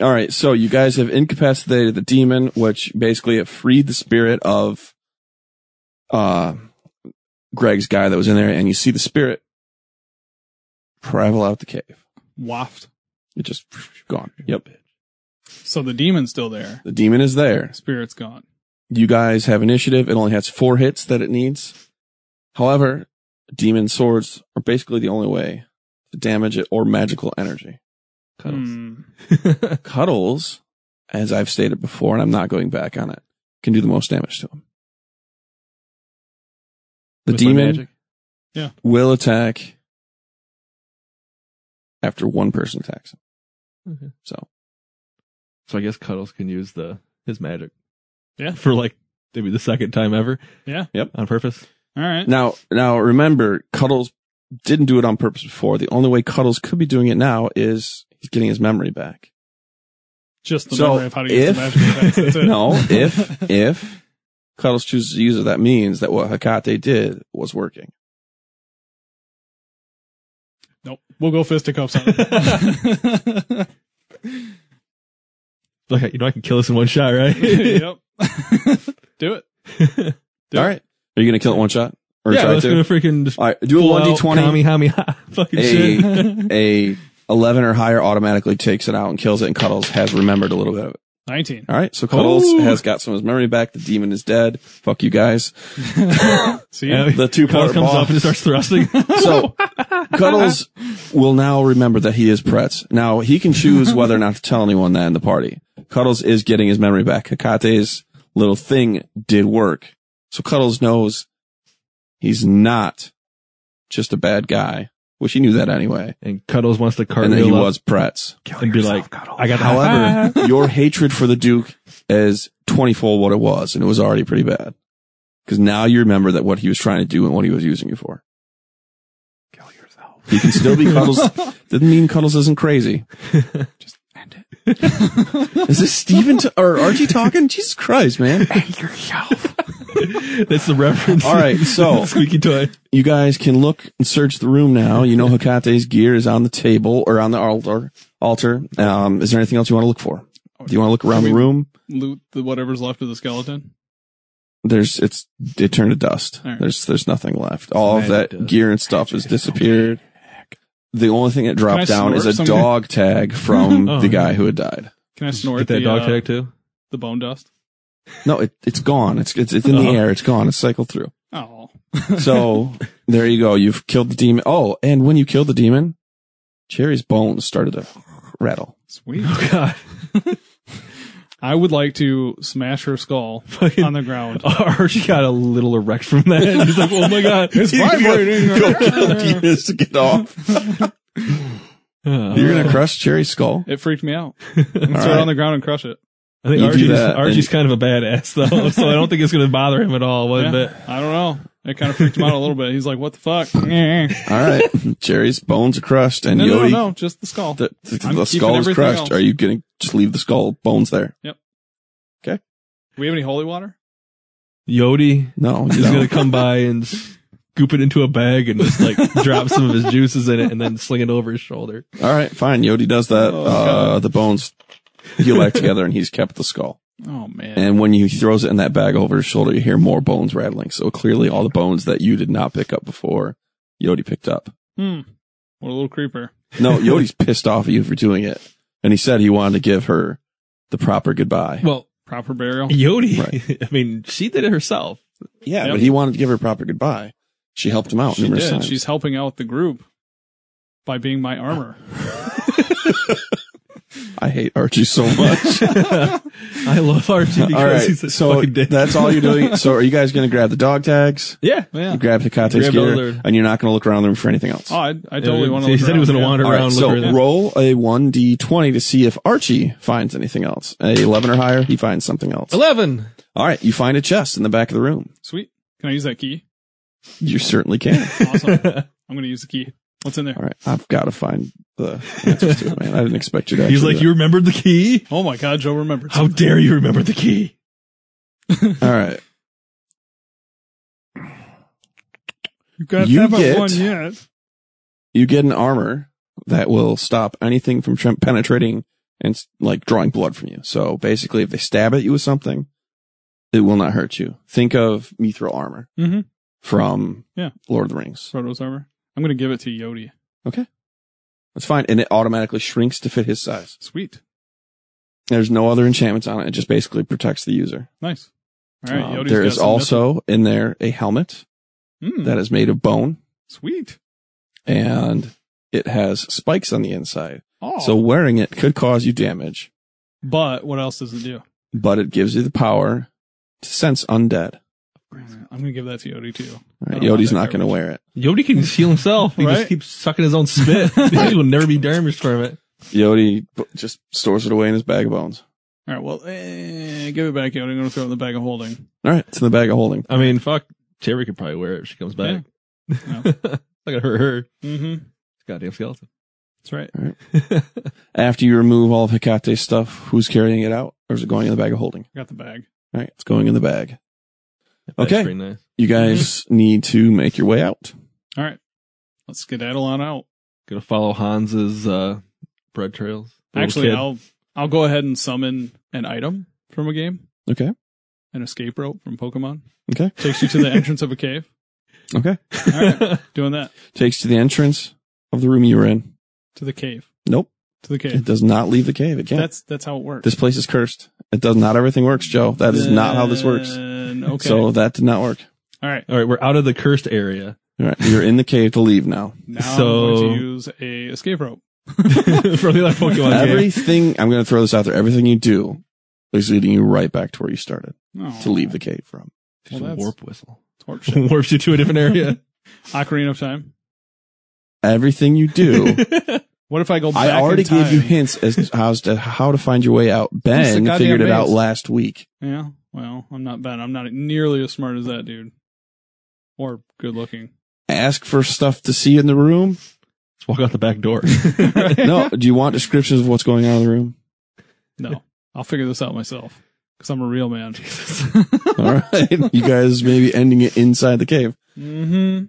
S2: All right, so you guys have incapacitated the demon, which basically it freed the spirit of uh Greg's guy that was in there, and you see the spirit travel out the cave.
S3: Waft.
S2: It just gone. Yep.
S3: So the demon's still there.
S2: The demon is there.
S3: Spirit's gone.
S2: You guys have initiative. It only has four hits that it needs. However, demon swords are basically the only way to damage it or magical energy.
S3: Hmm.
S2: Cuddles, as I've stated before, and I'm not going back on it, can do the most damage to him. The
S4: With my
S2: demon
S4: magic?
S2: will attack after one person attacks him.
S4: Okay.
S2: So
S4: So I guess Cuddles can use the his magic.
S3: Yeah.
S4: For like maybe the second time ever.
S3: Yeah.
S2: Yep.
S4: On purpose.
S3: All right.
S2: now, now remember, Cuddles didn't do it on purpose before. The only way Cuddles could be doing it now is he's getting his memory back.
S3: Just the
S2: So,
S3: memory of how to use
S2: if-
S3: the magic effects. That's it.
S2: No, if if Cuddles chooses to use it, that means that what Hakate did was working.
S3: Nope. We'll go fisticuffs on it.
S4: Like you know I can kill this in one shot, right?
S3: yep. Do it. Yeah.
S2: All right, are you going to kill it one shot or
S4: yeah,
S2: try
S4: that's
S2: to?
S4: gonna freaking just
S2: All right, do a
S4: pull
S2: one d
S4: out
S2: twenty.
S4: Kami, Hami, ha, fucking
S2: Hey.
S4: shit.
S2: A eleven or higher automatically takes it out and kills it, and Cuddles has remembered a little bit of it.
S3: 19.
S2: All right, so Cuddles
S4: Ooh.
S2: has got some of his memory back. The demon is dead. Fuck you guys.
S3: See?
S4: Yeah.
S2: The two part
S4: Cuddles comes
S2: ball.
S4: up and starts thrusting.
S2: So Cuddles will now remember that he is Pretz. Now he can choose whether or not to tell anyone that in the party. Cuddles is getting his memory back. Hakate's little thing did work. So Cuddles knows he's not just a bad guy, which he knew that anyway.
S4: and Cuddles wants to
S2: And
S4: cartwheel
S2: that he
S4: up
S2: was Pretz.
S4: and be like, I got the high
S2: However,
S4: five.
S2: your hatred for the Duke is 24 what it was, and it was already pretty bad. Because now you remember that what he was trying to do and what he was using you for.
S4: Kill yourself.
S2: He can still be Cuddles. Doesn't mean Cuddles isn't crazy. Just end it. is this Steven t- or Archie talking? Jesus Christ, man.
S4: That's the reference.
S2: All right, so-
S4: squeaky toy.
S2: You guys can look and search the room now. You know Hakate's gear is on the table or on the altar. Altar. Um, is there anything else you want to look for? Do you want to look around the room?
S3: Loot the whatever's left of the skeleton.
S2: there's it's it turned to dust.
S3: All right.
S2: There's there's nothing left. All of
S4: Magic
S2: that
S4: dust.
S2: gear and stuff has disappeared. The only thing that dropped
S3: Can I
S2: down is a
S3: snort something?
S2: dog tag from
S4: Oh,
S2: the
S4: yeah.
S2: guy who had died.
S3: Can I snort
S4: Get that
S3: the,
S4: dog
S3: uh,
S4: tag too.
S3: the bone dust?
S2: No, it it's gone. It's it's, it's in the
S4: Uh-huh.
S2: air. It's gone. It's cycled through.
S3: Oh.
S2: So there you go. You've killed the demon. Oh, and when you killed the demon, Cherry's bones started to rattle.
S3: Sweet.
S4: Oh god.
S3: I would like to smash her skull
S4: Fucking
S3: on the ground.
S4: Archie got a little erect from that. He's like, oh my god.
S3: It's vibrating.
S2: to get off. You're gonna crush Cherry's skull.
S3: It freaked me out.
S2: All
S3: Throw it
S2: right.
S3: on the ground and crush it.
S4: I think
S2: You do
S4: Archie's,
S2: that, and-
S4: Archie's kind of a badass though, so I don't think it's gonna bother him at all one
S3: Yeah.
S4: bit.
S3: I don't know. It kind of freaked him out a little bit. He's like, "What the fuck?" no,
S2: All right. Cherry's bones are crushed, and
S3: no, no,
S2: Yodi
S3: no, just the skull.
S2: The, the,
S3: I'm
S2: the
S3: keeping
S2: skull is
S3: everything
S2: crushed.
S3: else.
S2: Are you going to just leave the skull bones there?
S3: Do we have any holy water?
S4: Yodi
S2: No,
S4: is
S2: no.
S4: gonna come by and scoop it into a bag and just like drop some of his juices in it and then sling it over his shoulder.
S2: All right, fine. Yodi does that.
S3: Oh,
S2: uh,
S3: God.
S2: the bones heal back together, and he's kept the skull.
S3: Oh man,
S2: And when he throws it in that bag over his shoulder, you hear more bones rattling. So clearly, all the bones that you did not pick up before Yodi picked up.
S3: Hmm. What a little creeper.
S2: No, Yodi's pissed off at you for doing it. And he said he wanted to give her the proper goodbye.
S4: Well,
S3: Proper burial.
S4: Yodi, I mean, she did it herself.
S2: yeah,
S3: yep.
S2: but he wanted to give her a proper goodbye. She helped him out
S3: She
S2: numerous
S3: did.
S2: times.
S3: She's helping out the group by being my armor.
S2: I hate Archie so much.
S4: I love Archie because
S2: all right.
S4: he's a
S2: So
S4: fucking dick.
S2: that's all you're doing. So are you guys going to grab the dog tags?
S4: yeah.
S3: Yeah.
S2: You grab Hikate's
S4: Grab all
S2: gear
S4: their-
S2: and you're not going to look around the room for anything else.
S3: Oh, I, I totally
S4: Yeah,
S3: want to.
S4: he said he was gonna wander
S2: All right,
S4: around,
S2: so
S4: look around.
S2: roll a 1d20 to see if Archie finds anything else. A 11 or higher, he finds something else.
S4: Eleven.
S2: All right, you find a chest in the back of the room.
S3: Sweet. Can I use that key?
S2: You certainly can.
S3: Awesome. I'm gonna use the key. What's in there?
S2: All right, I've got to find the answers to it, man. I didn't expect you to.
S4: He's
S2: actually
S4: like,
S2: do
S4: you remembered the key?
S3: Oh my God, Joe remembers.
S4: How dare you remember the key?
S2: that. All right,
S3: You guys
S2: You
S3: haven't
S2: get-
S3: won yet.
S2: you get an armor that will stop anything from tr- penetrating and like drawing blood from you. So basically, if they stab at you with something, it will not hurt you. Think of mithril armor
S3: Mhm.
S2: from
S3: Yeah.
S2: Lord of the Rings.
S3: Frodo's armor. I'm gonna give it to Yodi.
S2: That's fine, and it automatically shrinks to fit his size.
S3: Sweet.
S2: There's no other enchantments on it. It just basically protects the user.
S3: Nice. All right.
S2: Um,
S3: Yodi's
S2: there
S3: got
S2: is
S3: some
S2: also in there a helmet
S3: nothing. Mm,
S2: that is made of bone
S3: sweet.
S2: and it has spikes on the inside.
S3: Oh.
S2: So wearing it could cause you damage,
S3: but what else does it do?
S2: but it gives you the power to sense undead.
S3: I'm gonna give that to Yodi too.
S2: All right,
S3: I don't want
S2: Yodi's
S3: that
S2: not going to
S3: garbage.
S2: wear it.
S4: Yodi can heal himself. He
S3: Right?
S4: just keeps sucking his own spit. he will never be damaged from it.
S2: Yodi b- just stores it away in his bag of bones.
S3: All right. Well, eh, give it back, Yodi. I'm gonna throw it in the bag of holding.
S2: All right, it's in the bag of holding.
S4: I mean, fuck. Terry could probably wear it if she comes back.
S3: Yeah.
S4: It's not gonna hurt her.
S3: Mm-hmm.
S4: Goddamn skeleton.
S3: That's right.
S2: After you remove all of Hikate's stuff, who's carrying it out? Or is it going in the bag of holding?
S3: I got the bag.
S2: All right, it's going in the bag.
S4: That's
S2: Okay.
S4: pretty nice.
S2: You guys need to make your way out.
S3: All right. Let's skedaddle on out.
S4: Gonna follow Hans's uh, bread trails. The little
S3: Actually,
S4: kid.
S3: I'll I'll go ahead and summon an item from a game,
S2: Okay.
S3: an escape rope from Pokemon.
S2: Okay.
S3: Takes you to the entrance of a cave.
S2: Okay.
S3: All right, doing that
S2: Takes to the entrance of the room you were in.
S3: to the cave,
S2: Nope.
S3: to the
S2: It
S3: cave.
S2: does not leave the cave. It can't.
S3: That's that's how it works.
S2: this place is cursed. It does not everything works, Joe. That is not how this works.
S3: Then, Uh, Okay.
S2: So that did not work.
S3: All right.
S4: All right, we're out of the cursed area.
S2: All right, you're in the cave to leave now.
S3: Now
S4: So-
S3: I'm going to use a escape rope.
S4: from the other Pokemon game.
S2: Everything I'm going to throw this out there. Everything you do is leading you right back to where you started
S3: Oh,
S2: to leave the cave from.
S4: Just
S3: Well, that's-
S4: warp whistle.
S3: torch shit.
S4: Warps you to a different area.
S3: Ocarina of Time.
S2: Everything you do,
S3: What if I go? Back
S2: I already
S3: in time?
S2: gave you hints as to how to how to find your way out. Ben
S3: goddamn
S2: figured it out
S3: maze.
S2: last week.
S3: Yeah. Well, I'm not bad. I'm not nearly as smart as that dude, or good looking.
S2: Ask for stuff to see in the room.
S4: Let's walk out the back door.
S2: No, do you want descriptions of what's going on in the room?
S3: No, I'll figure this out myself because I'm a real man.
S2: All right, you guys maybe ending it inside the cave.
S3: mm-hmm.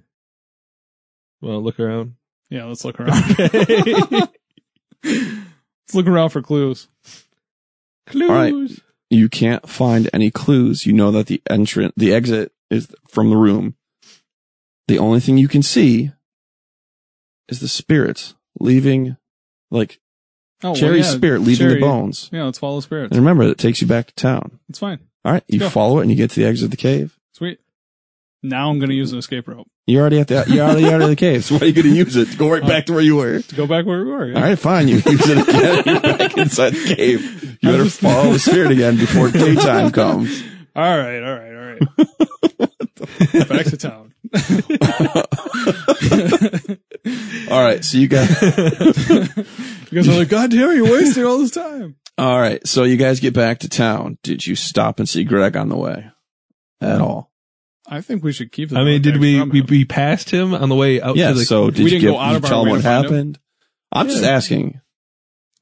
S4: well, look around.
S3: Yeah, let's look around. let's look around for clues.
S4: Clues.
S2: right. you can't find any clues. You know that the entrance, the exit is from the room. The only thing you can see is the spirits leaving, like
S3: Oh,
S2: Cherry's
S3: yeah.
S2: spirit leaving
S3: Cherry-
S2: the bones.
S3: Yeah, let's follow spirits.
S2: And remember, it takes you back to town.
S3: It's fine.
S2: All right, you
S3: Let's go.
S2: follow it and you get to the exit of the cave.
S3: Sweet. Now I'm going to use an escape rope
S2: You're already at the you're already out of the cave. So why are you going to use it? Go right back to where you were.
S3: to go back where we were. yeah.
S2: All right, fine. You use it again. You're back inside the cave. You better follow the spirit again before daytime comes.
S3: All right. All right. All right. back to town.
S2: All right, so you guys.
S3: You guys are like, God damn, you're wasting all this time.
S2: All right, so you guys get back to town. Did you stop and see Greg on the way at all?
S3: I think we should keep. The
S4: I mean, did
S3: contacts
S4: we,
S3: from
S4: we
S3: him.
S4: we passed him on the way out?
S2: yeah.
S4: to the,
S2: so did
S3: Oh, we
S2: you,
S3: didn't
S2: give,
S3: go out
S2: you
S3: of our
S2: tell
S3: way
S2: him what
S3: to find him?
S2: happened? I'm just
S4: Yeah.
S2: asking.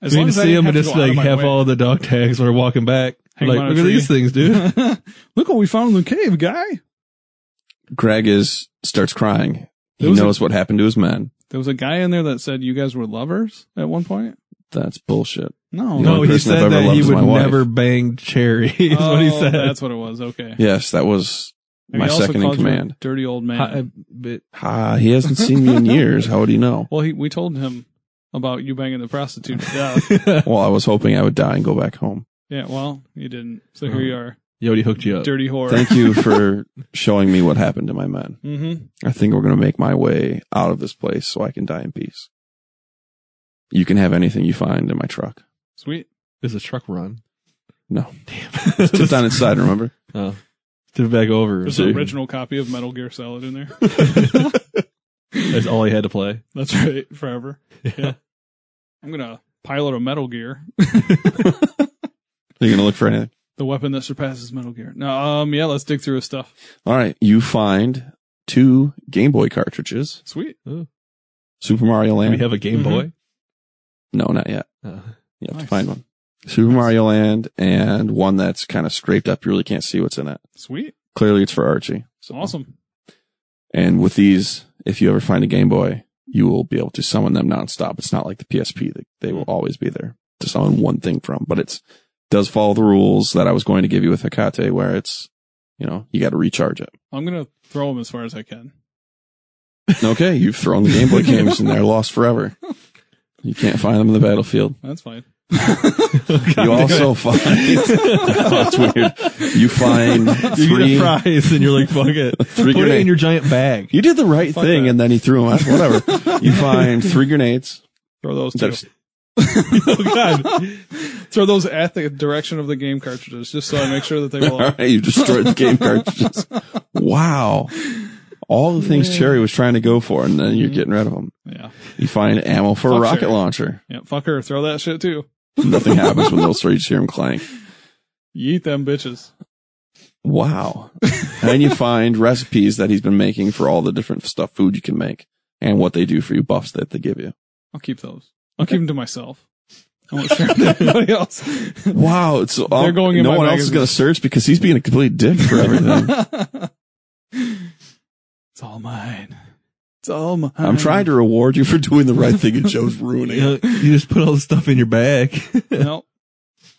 S4: we
S3: As
S4: need
S3: long
S4: to
S3: as I
S4: see
S3: didn't
S4: him
S3: have
S4: and
S3: to
S4: just
S3: go out
S4: like
S3: of my
S4: have
S3: way.
S4: all the dog tags when we're walking back.
S3: Hang
S4: like,
S3: on a
S4: look at
S3: tree.
S4: these things, dude.
S3: Look what we found in the cave, guy.
S2: Greg is starts crying. He
S3: There was a-
S2: knows what happened to his men.
S3: There was a guy in there that said you guys were lovers at one point.
S2: That's bullshit.
S3: No,
S2: The
S4: no,
S2: only
S4: he
S2: person I've
S4: said
S2: ever
S4: that
S2: loved
S4: he
S2: is
S4: would
S2: my wife.
S4: never bang Cherry. Is
S3: oh,
S4: what he said.
S3: That's what it was. Okay.
S2: Yes, that was
S3: And
S2: my
S3: he also
S2: second in
S3: calls you a
S2: command.
S3: Dirty old man.
S4: Hi- but
S2: Ah, he hasn't seen me in years. How would he know?
S3: well, he, we told him about you banging the prostitute to death.
S2: Well, I was hoping I would die and go back home.
S3: yeah, well, you didn't. So here you are,
S4: he already hooked you up.
S3: dirty whore.
S2: Uh-huh. Thank you for showing me what happened to my men.
S3: mm-hmm.
S2: I think we're going to make my way out of this place so I can die in peace. You can have anything you find in my truck.
S3: Sweet.
S4: Is a truck run?
S2: No.
S4: Damn.
S2: It's tipped on its side, remember?
S4: Oh. Tip it back over.
S3: There's an original copy of Metal Gear Solid in there.
S4: That's all he had to play.
S3: That's right, forever.
S4: Yeah.
S3: I'm gonna pilot a Metal Gear,
S2: You're going to look for anything.
S3: the weapon that surpasses Metal Gear. No, um, yeah, let's dig through his stuff.
S2: All right. You find two Game Boy cartridges,
S3: Sweet.
S2: Super Mario
S4: Do we
S2: Land.
S4: have a Game
S3: Mhm.
S4: Boy?
S2: no, not yet.
S4: Uh,
S2: You have
S3: Nice.
S2: to find one. Super Mario Land and one that's kind of scraped up. You really can't see what's in it.
S3: Sweet.
S2: Clearly, it's for Archie. So-
S3: Awesome.
S2: And with these, if you ever find a Game Boy, you will be able to summon them nonstop. It's not like the PSP; they, they
S4: Hmm.
S2: will always be there to summon one thing from. But it's does follow the rules that I was going to give you with Hecate, where it's you know you got to recharge it.
S3: I'm gonna throw him as far as I can.
S2: Okay, you've thrown the Game Boy games and they're lost forever. You can't find them in the battlefield.
S3: That's fine.
S2: you also find that's weird. You find
S4: you
S2: three
S4: get a prize and you're like, fuck it.
S2: Three
S4: Put it
S2: grenade-
S4: in your giant bag.
S2: You did the right
S3: Fuck
S2: thing,
S3: that.
S2: and then he threw them out. Whatever. you find three grenades.
S3: Throw those
S2: that
S3: too.
S2: are-
S3: oh god. Throw those at the direction of the game cartridges, just so I make sure that they
S2: All
S3: will.
S2: right, you destroyed the game cartridges. Wow. All the things Cherry was trying to go for, and then you're getting rid of them.
S3: Yeah.
S2: You find ammo for a
S3: Mm-hmm. Fuck
S2: rocket
S3: Cherry.
S2: launcher.
S3: Yeah. Fuck her. Throw that shit too.
S2: Nothing happens when those three you just hear them clank.
S3: Yeet them bitches.
S2: Wow. And then you find recipes that he's been making for all the different stuff, food you can make, and what they do for you, buffs that they give you.
S3: I'll keep those. I'll keep them to myself. I won't share them with anybody else.
S2: Wow. It's, um,
S3: They're going in
S2: no
S3: my
S2: one else is
S3: magazine.
S2: going to search because he's being a complete dick for everything.
S3: it's all mine. It's all mine.
S2: I'm trying to reward you for doing the right thing, and Joe's ruining
S4: You,
S2: it.
S4: know, you just put all the stuff in your bag.
S3: No.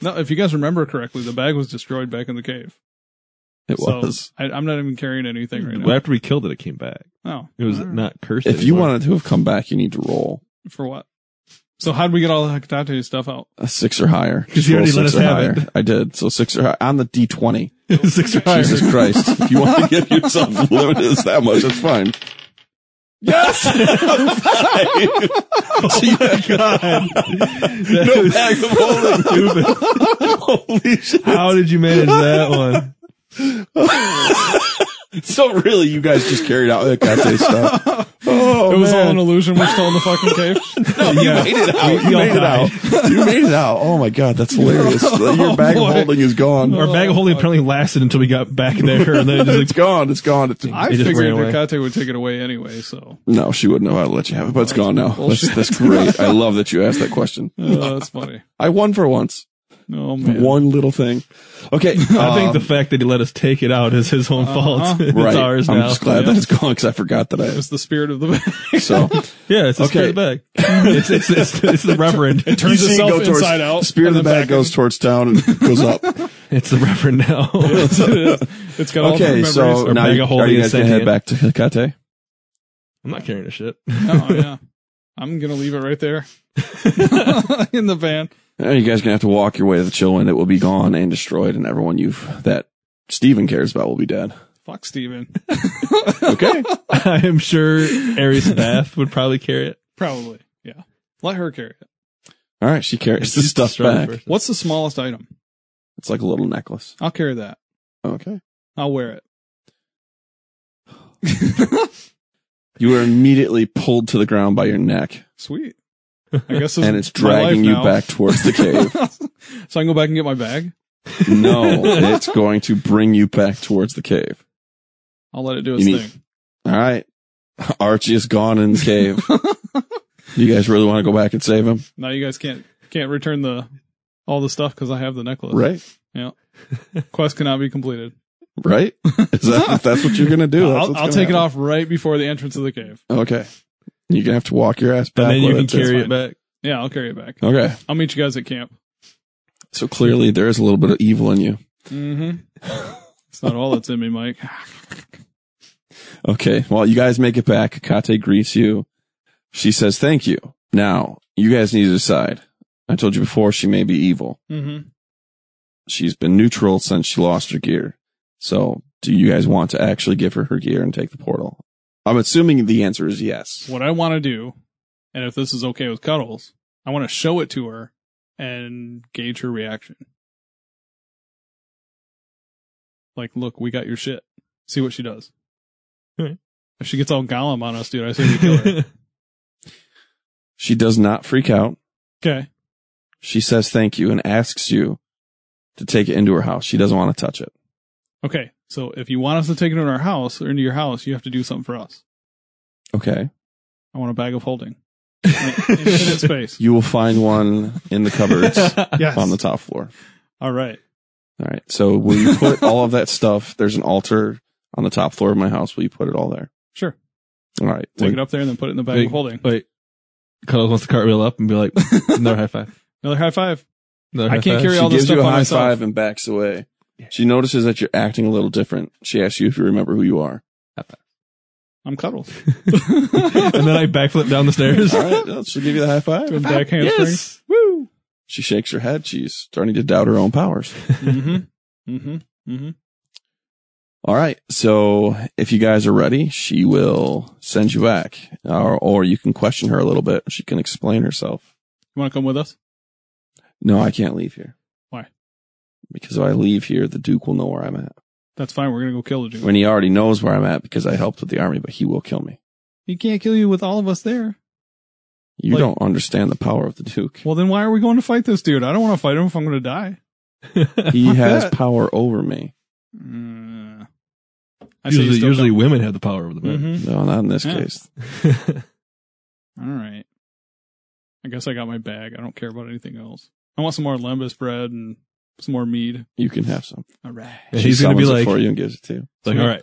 S3: No, if you guys remember correctly, the bag was destroyed back in the cave.
S2: It
S3: So,
S2: was.
S3: I, I'm not even carrying anything right Oh,
S4: Well, after we killed it, it came back.
S3: now.
S4: It was
S3: All right.
S4: not cursed.
S2: If you
S4: anymore.
S2: wanted to have come back, you need to roll.
S3: For what? So how'd we get all the Hecate stuff out?
S2: A six or higher.
S4: Because you
S2: Roll
S4: already let
S2: six
S4: us
S2: or
S4: have
S2: higher. I did. So six or higher on the D twenty.
S4: six or higher.
S2: Jesus Christ. If you want to give yourself limits that much, it's fine. Yes!
S4: God.
S2: no bag of holding. Holy shit.
S4: How did you manage that one?
S2: So really you guys just carried out that Kate stuff. Oh,
S3: it was all
S2: man.
S3: an illusion. We're still in the fucking cave.
S2: No, you made it out. You
S4: all
S2: made it
S4: died.
S2: out. You made it out. Oh my god, that's hilarious. Your bag
S3: boy.
S2: of holding is gone.
S4: Our bag of holding
S3: Oh,
S4: apparently lasted until we got back there, and then it just
S2: It's gone. It's gone. It's
S3: I
S4: It just
S3: figured
S4: ran away.
S3: Hecate would take it away anyway. So
S2: No, she wouldn't know how to let you have it, but it's gone now. That's,
S3: Bullshit.
S2: that's great. I love that you asked that question.
S3: uh, that's funny.
S2: I won for once.
S3: Oh man.
S2: One little thing. Okay.
S4: I think the fact that he let us take it out is his own
S3: Uh-huh.
S4: fault. it's
S2: Um, right.
S4: ours
S2: I'm
S4: now.
S2: just glad that it's gone because I forgot that I
S3: It was the spirit of the bag.
S2: So
S4: yeah, it's a
S2: Okay.
S4: okay. bag. it's, it's, it's, it's the reverend.
S3: turns
S2: You see it
S3: itself
S2: go towards-
S3: inside out.
S2: Spirit of
S3: and
S2: the
S3: then
S2: bag
S3: back
S2: goes towards town and goes up.
S4: It's the reverend now.
S3: in. it's got all the
S2: okay,
S3: memories.
S2: so
S4: Our
S2: now
S4: bag
S2: you, are
S4: of holding
S2: you
S4: is
S2: guys gonna head
S4: sentient.
S2: back to Hikate?
S4: I'm not carrying a shit.
S3: Oh yeah. I'm gonna leave it right there in the van.
S2: Uh, You guys are gonna have to walk your way to the Chillwind. It will be gone and destroyed, and everyone you that Steven cares about will be dead.
S3: Fuck Steven.
S2: Okay.
S4: I'm sure Aries Bath would probably carry it.
S3: Probably. Yeah. Let her carry it.
S2: All right, she carries the stuff
S4: Strong
S2: back.
S4: person.
S3: What's the smallest item?
S2: It's like a little necklace.
S3: I'll carry that.
S2: Okay.
S3: I'll wear it.
S2: You are immediately pulled to the ground by your neck,
S3: Sweet. I guess this
S2: and
S3: is
S2: it's
S3: my life
S2: dragging you
S3: now.
S2: back towards the cave.
S3: so I can go back and get my bag.
S2: no, it's going to bring you back towards the cave.
S3: I'll let it do its
S2: You need-
S3: thing.
S2: All right. Archie is gone in the cave. you guys really want to go back and save him?
S3: Now you guys can't can't return the all the stuff because I have the necklace.
S2: Right?
S3: Quest cannot be completed.
S2: Right? Is that, if that's what you're going to do? that's
S3: I'll,
S2: what's
S3: I'll
S2: gonna
S3: take
S2: happen.
S3: it off right before the entrance of the cave.
S2: Okay. You're going to have to walk your ass back.
S4: And then you
S2: with
S4: can
S2: it, that's
S4: carry it
S2: fine.
S4: back.
S3: Yeah, I'll carry it back.
S2: Okay.
S3: I'll meet you guys at camp.
S2: So clearly there is a little bit of evil in you.
S3: Mm-hmm. It's not all that's in me, Mike.
S2: Okay. Well, you guys make it back. Kate greets you. She says, thank you. Now, you guys need to decide. I told you before she may be evil.
S3: Mm-hmm.
S2: She's been neutral since she lost her gear. So do you guys want to actually give her her gear and take the portal? I'm assuming the answer is yes.
S3: What I want to do, and if this is okay with Cuddles, I want to show it to her and gauge her reaction. Like, look, we got your shit. See what she does.
S4: Alright.
S3: If she gets all Gollum on us, dude, I say we kill her.
S2: She does not freak out.
S3: okay.
S2: She says thank you and asks you to take it into her house. She doesn't want to touch it.
S3: Okay. So if you want us to take it into our house or into your house, you have to do something for us.
S2: Okay.
S3: I want a bag of holding. In- Infinite space.
S2: You will find one in the cupboards
S3: Yes.
S2: on the top floor.
S3: all right.
S2: All right. So will you put all of that stuff? There's an altar on the top floor of my house. Will you put it all there?
S3: Sure.
S2: All right.
S3: Take it up there and then put it in the bag
S4: Big-
S3: of holding.
S4: Wait. Cuddles wants to cartwheel up and be like, another high five.
S3: Another high five.
S4: Another
S3: I
S4: high
S3: can't
S4: five.
S3: carry
S2: She
S3: all this
S2: gives
S3: stuff
S2: you a
S3: by
S2: high
S3: myself.
S2: five and backs away. She notices that you're acting a little different. She asks you if you remember who you are.
S3: I'm cuddled.
S4: and then I backflip down the stairs.
S2: All right. well, She'll give you the high five.
S3: back hamstring.
S4: Yes.
S3: Woo.
S2: She shakes her head. She's starting to doubt her own powers.
S3: Mm-hmm. Mm-hmm.
S2: All right. So if you guys are ready, she will send you back or, or you can question her a little bit. She can explain herself.
S3: You want to come with us?
S2: No, I can't leave here.
S3: Why?
S2: Because if I leave here, the Duke will know where I'm at.
S3: That's fine. We're gonna go kill the dude.
S2: when he already knows where I'm at because I helped with the army, but he will kill me.
S3: He can't kill you with all of us there.
S2: You
S3: Like-
S2: don't understand the power of the Duke.
S3: Well, then why are we going to fight this dude? I don't want to fight him if I'm going to die.
S2: He
S3: fuck
S2: has
S3: that.
S2: power over me.
S3: Mm. I say you
S4: Usually,
S3: still
S4: usually women have the power over the
S3: come.
S4: men.
S2: No, not in this
S3: Yeah.
S2: case.
S3: Mm-hmm. All right. Mm-hmm. I guess I got my bag. I don't care about anything else. I want some more lembas bread and some more mead.
S2: You can have some.
S3: All right.
S4: And
S2: she
S4: he's going to be
S2: summons it
S4: like,
S2: for you and gives it to you.
S4: like, all right,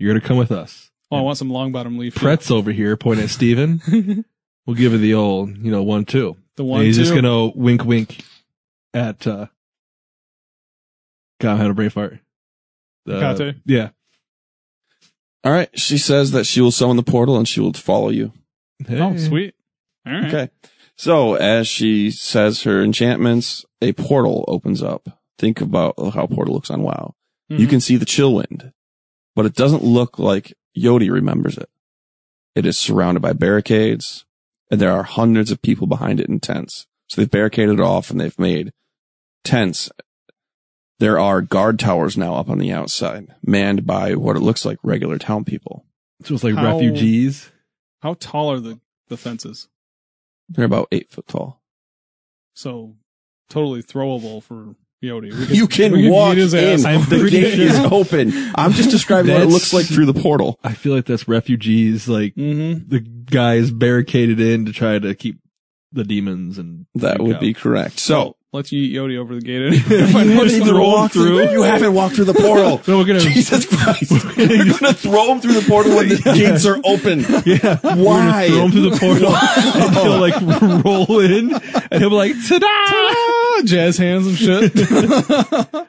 S4: you're going to come with us.
S3: Oh, I want some long bottom leaf. too.
S4: Pretz over here, point at Steven. we'll give her the old, you know, one, two.
S3: the
S4: And
S3: one.
S4: he's just
S3: two.
S4: going to wink, wink at, uh, God, I had a brain fart. The,
S3: Kate?
S4: yeah.
S2: All right. She says that she will summon the portal and she will follow you.
S3: Oh, sweet. All right.
S2: Okay. So as she says her enchantments, a portal opens up. Think about how portal looks on WoW. You
S3: Mhm.
S2: can see the chill wind, but it doesn't look like Yodi remembers it. It is surrounded by barricades and there are hundreds of people behind it in tents. So they've barricaded it off and they've made tents. There are guard towers now up on the outside, manned by what it looks like regular town people.
S4: So it's like
S3: How-
S4: refugees.
S3: How tall are the, the fences?
S2: They're about eight foot tall.
S3: So totally throwable for Yodi. We
S2: You
S3: we
S2: can
S3: could
S2: walk
S3: beat his
S2: in.
S3: ass.
S4: I'm
S2: The
S4: pretty
S2: gate
S4: sure.
S2: is open. I'm just describing what it
S4: That's-
S2: looks like through the portal.
S4: I feel like that's refugees, like
S3: Mm-hmm.
S4: the guys barricaded in to try to keep the demons and
S2: That would be correct. So
S3: Let's yeet Yodi over the gate. anyway. if I push the roll through,
S2: You haven't walked through the portal.
S4: So we're gonna
S2: Jesus Christ. You're gonna throw him through the portal when the gates are open.
S4: yeah, We're gonna
S2: Why?
S4: throw him through the portal and he'll like roll in and he'll be like ta-da!
S3: ah, jazz hands and shit.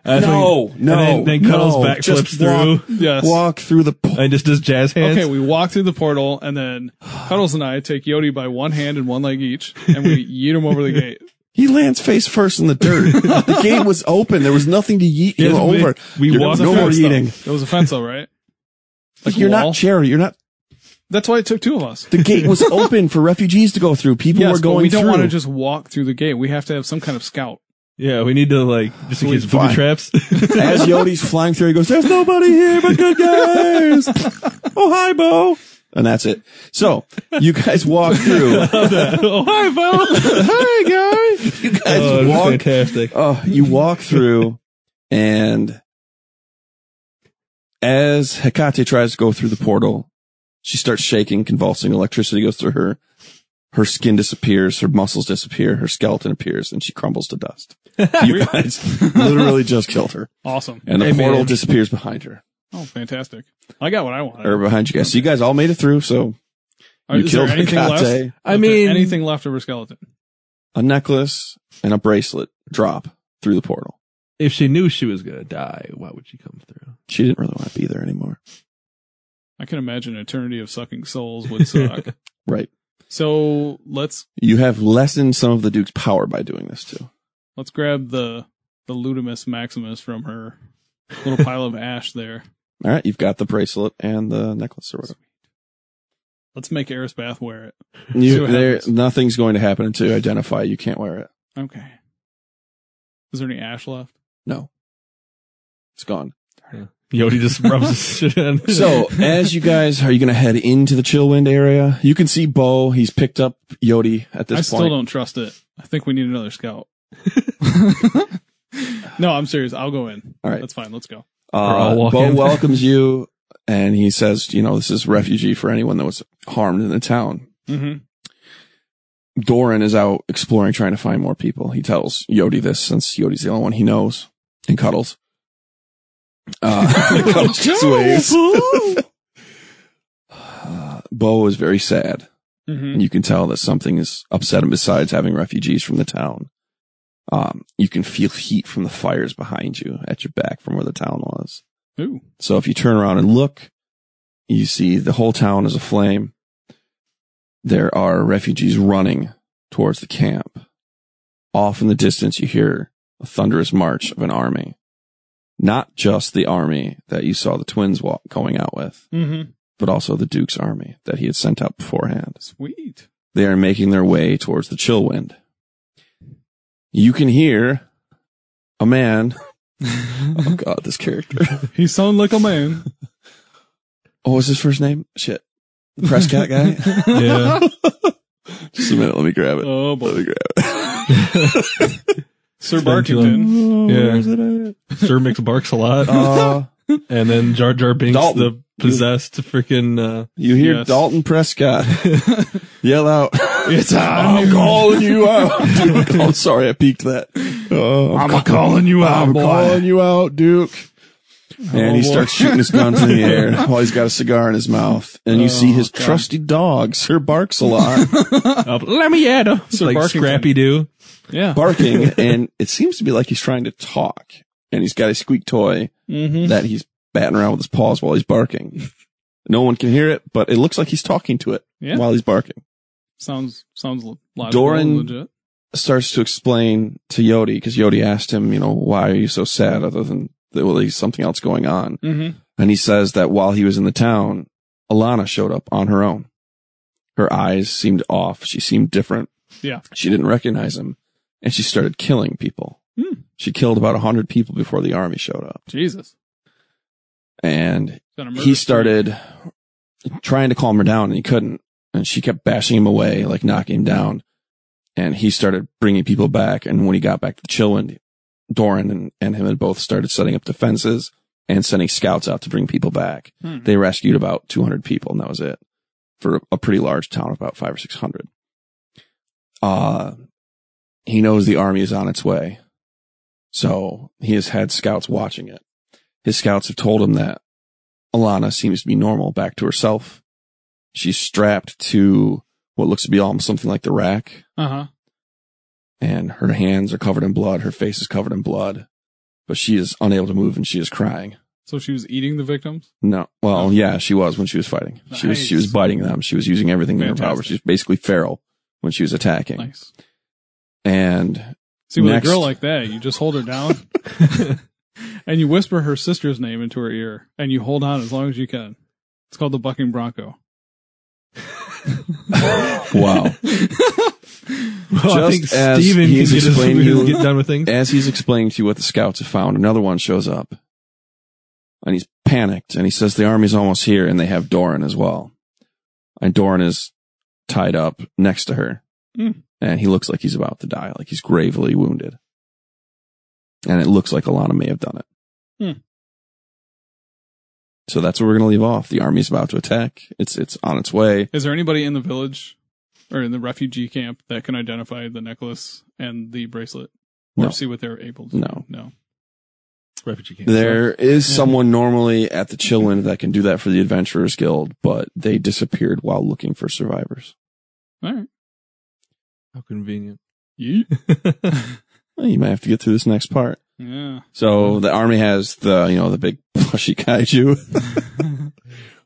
S4: And
S2: No, no,
S4: then- and then, then Cuddles
S2: no.
S4: back
S2: Just
S4: flips through
S3: yes.
S2: Walk through the portal.
S4: and just does jazz hands.
S3: Okay, we walk through the portal, and then Cuddles and I take Yodi by one hand and one leg each, and we yeet him over the gate.
S2: He lands face first in the dirt. the gate was open. There was nothing to yeet you
S4: Yes, we-
S2: over.
S4: we
S2: You're-
S4: walked
S2: no more
S3: Fence, though.
S2: eating.
S3: It was a fence, though, right? Like a
S2: You're
S3: wall?
S2: not cherry. You're not.
S3: That's why it took two of us.
S2: The gate was open for refugees to go through. People
S3: yes,
S2: were going
S3: but we don't
S2: through.
S3: want to just walk through the gate. We have to have some kind of scout.
S4: yeah, we need to like just in
S2: We-
S4: case booby
S2: fine.
S4: traps.
S2: As Yodi's flying through, he goes, "There's nobody here but good guys." oh hi, Bo. And that's it. So you guys walk through.
S4: oh hi, Bo.
S2: hey guys, you guys
S4: Oh, that's
S2: walk
S4: fantastic.
S2: Oh, you walk through and as Hecate tries to go through the portal, she starts shaking, convulsing. Electricity goes through her. Her skin disappears. Her muscles disappear. Her skeleton appears and she crumbles to dust. You guys literally just killed her
S3: Awesome.
S2: and the
S4: Hey, man.
S2: portal disappears behind her
S3: Oh, fantastic. I got what I wanted.
S2: or behind you guys. So you guys all made it through. So
S3: Are-
S2: Er, you
S3: is there
S2: killed
S3: anything left?
S2: Hecate,
S4: I
S3: Is there
S4: mean,
S3: anything left of her skeleton?
S2: a necklace and a bracelet drop through the portal.
S4: if she knew she was gonna die, why would she come through?
S2: She didn't really want to be there anymore.
S3: I can imagine eternity of sucking souls would suck.
S2: Right.
S3: so let's
S2: You have lessened some of the Duke's power by doing this too.
S3: let's grab the the Ludimus Maximus from her little pile of ash there.
S2: All right, you've got the bracelet and the necklace or whatever.
S3: Let's make Erisbath wear it. See
S2: You,
S3: what
S2: there,
S3: happens.
S2: nothing's going to happen until you identify. You can't wear it.
S3: Okay. Is there any ash left?
S2: No, it's gone.
S4: Yodi just rubs his shit in.
S2: So as you guys are you going to head into the Chillwind area? You can see Bo. He's picked up Yodi at this
S3: I
S2: point.
S3: still don't trust it. I think we need another scout. no, I'm serious. I'll go in.
S2: All right.
S3: That's fine. Let's go.
S4: Or I'll
S2: Uh,
S4: walk
S2: Bo
S4: in.
S2: welcomes you, and he says, "You know, this is refugee for anyone that was harmed in the town."
S3: Mm-hmm.
S2: Doran is out exploring, trying to find more people. He tells Yodi this since Yodi's the only one he knows, and cuddles. Uh, cuddles just waves.
S3: Mm-hmm.
S2: Uh, Bo is very sad,
S3: Mm-hmm.
S2: and you can tell that something is upset him. Besides having refugees from the town, um, you can feel heat from the fires behind you at your back from where the town was.
S3: Ooh.
S2: So if you turn around and look, you see the whole town is aflame. There are refugees running towards the camp. Off in the distance, you hear a thunderous march of an army. Not just the army that you saw the twins walk, going out with,
S3: Mm-hmm.
S2: but also the Duke's army that he had sent out beforehand.
S3: Sweet.
S2: They are making their way towards the chill wind. You can hear a man. oh God, this character.
S3: He sound like a man.
S2: What was his first name? Shit. The Prescott guy?
S4: yeah.
S2: Just a minute. Let me grab it.
S3: Oh
S2: Let me
S3: boy,
S2: grab it.
S3: Sir
S4: been too
S3: Barkington.
S4: Yeah.
S2: Oh, Where's it at?
S4: Sir Mix barks a lot.
S2: Uh,
S4: and then Jar Jar Binks,
S2: Dalton.
S4: the possessed freaking, uh,
S2: you hear
S3: Yes.
S2: Dalton Prescott yell out, It's
S3: I'm
S2: I'm calling you out. Duke. I'm sorry. I peeked that. Uh, I'm, calling you out. I'm calling you out, Duke. Oh, And he
S3: boy.
S2: starts shooting his guns in the air while he's got a cigar in his mouth. And you see his
S3: God.
S2: trusty dog, Sir Barks a lot,
S4: up, let me at him. It's
S3: Sir
S4: like
S3: Barkington.
S4: Scrappy Doo.
S3: yeah.
S2: barking. And it seems to be like he's trying to talk. And he's got a squeak toy
S3: Mm-hmm.
S2: that he's batting around with his paws while he's barking. No one can hear it, but it looks like he's talking to it
S3: Yeah.
S2: while he's barking.
S3: Sounds sounds lo- logical.
S2: Doran-
S3: and legit.
S2: Starts to explain to Yodi because Yodi asked him, you know, why are you so sad other than that, well, there's something else going on.
S3: Mm-hmm.
S2: And he says that while he was in the town, Alana showed up on her own. Her eyes seemed off. She seemed different.
S3: Yeah.
S2: She didn't recognize him and she started killing people.
S3: Hmm.
S2: She killed about a hundred people before the army showed up
S3: Jesus.
S2: and
S3: Got a murder
S2: he started trying to calm her down and he couldn't. And she kept bashing him away, like knocking him down. And he started bringing people back. And when he got back to Chillwind, Doran and, and him had both started setting up defenses and sending scouts out to bring people back.
S3: streak. Hmm.
S2: They rescued about 200 people and that was it for a pretty large town of about five or 600. Uh, he knows the army is on its way. So he has had scouts watching it. His scouts have told him that Alana seems to be normal back to herself. She's strapped to what looks to be almost something like the rack
S3: Uh-huh.
S2: and her hands are covered in blood. Her face is covered in blood, but she is unable to move and she is crying.
S3: So she was eating the victims?
S2: No. Well, yeah, she was when she was fighting. She was she was
S3: Nice.
S2: biting them. She was using everything in her power.
S3: Fantastic.
S2: She was basically feral when she was attacking.
S3: Nice.
S2: And
S3: See, with
S2: Next.
S3: a girl like that, you just hold her down and you whisper her sister's name into her ear and you hold on as long as you can. It's called the bucking bronco.
S2: wow.
S4: Well, I
S2: Just
S4: think
S2: as
S4: Steven can
S2: he's
S4: get, his,
S2: explaining you-
S4: get done with things.
S2: As he's explaining to you what the scouts have found, another one shows up. And he's panicked and he says the army's almost here and they have Doran as well. And Doran is tied up next to her.
S3: Hmm.
S2: And he looks like he's about to die, like he's gravely wounded. And it looks like Alana may have done it.
S3: Hmm.
S2: So that's where we're going to leave off. The army's about to attack. It's it's on its way.
S3: Is there anybody in the village or in the refugee camp that can identify the necklace and the bracelet? Or
S2: No.
S3: see what they're able to
S2: No.
S3: No.
S4: Refugee camp.
S2: There is
S3: Yeah.
S2: someone normally at the Chillwind that can do that for the Adventurers Guild, but they disappeared while looking for survivors.
S3: All right.
S4: How convenient.
S3: Yeet.
S2: well, you might have to get through this next part.
S3: Yeah.
S2: So the army has the, you know, the big plushy kaiju,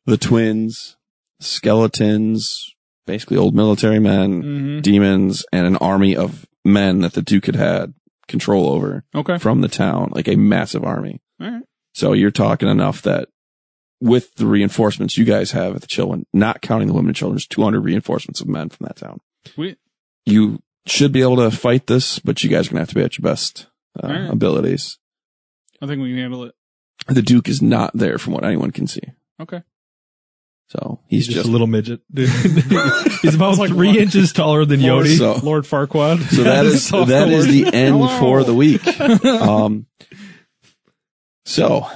S2: the twins, skeletons, basically old military men,
S3: hmm
S2: demons, and an army of men that the Duke had had control over
S3: Okay.
S2: from the town, like a massive army.
S3: All right.
S2: So you're talking enough that with the reinforcements you guys have at the children, not counting the women and children, there's 200 reinforcements of men from that town.
S3: Sweet.
S2: You should be able to fight this, but you guys are going to have to be at your best uh,
S3: All right.
S2: abilities.
S3: I think we can handle it.
S2: The Duke is not there from what anyone can see.
S3: Okay.
S2: So he's, just,
S4: a little midget. dude. he's about
S3: It's like
S4: three
S3: one-
S4: inches taller than Yodi.
S2: So-
S3: Lord Farquaad.
S2: so that is,
S3: That's all
S2: that is
S3: Lord.
S2: the end
S3: Hello.
S2: for the week. Um, so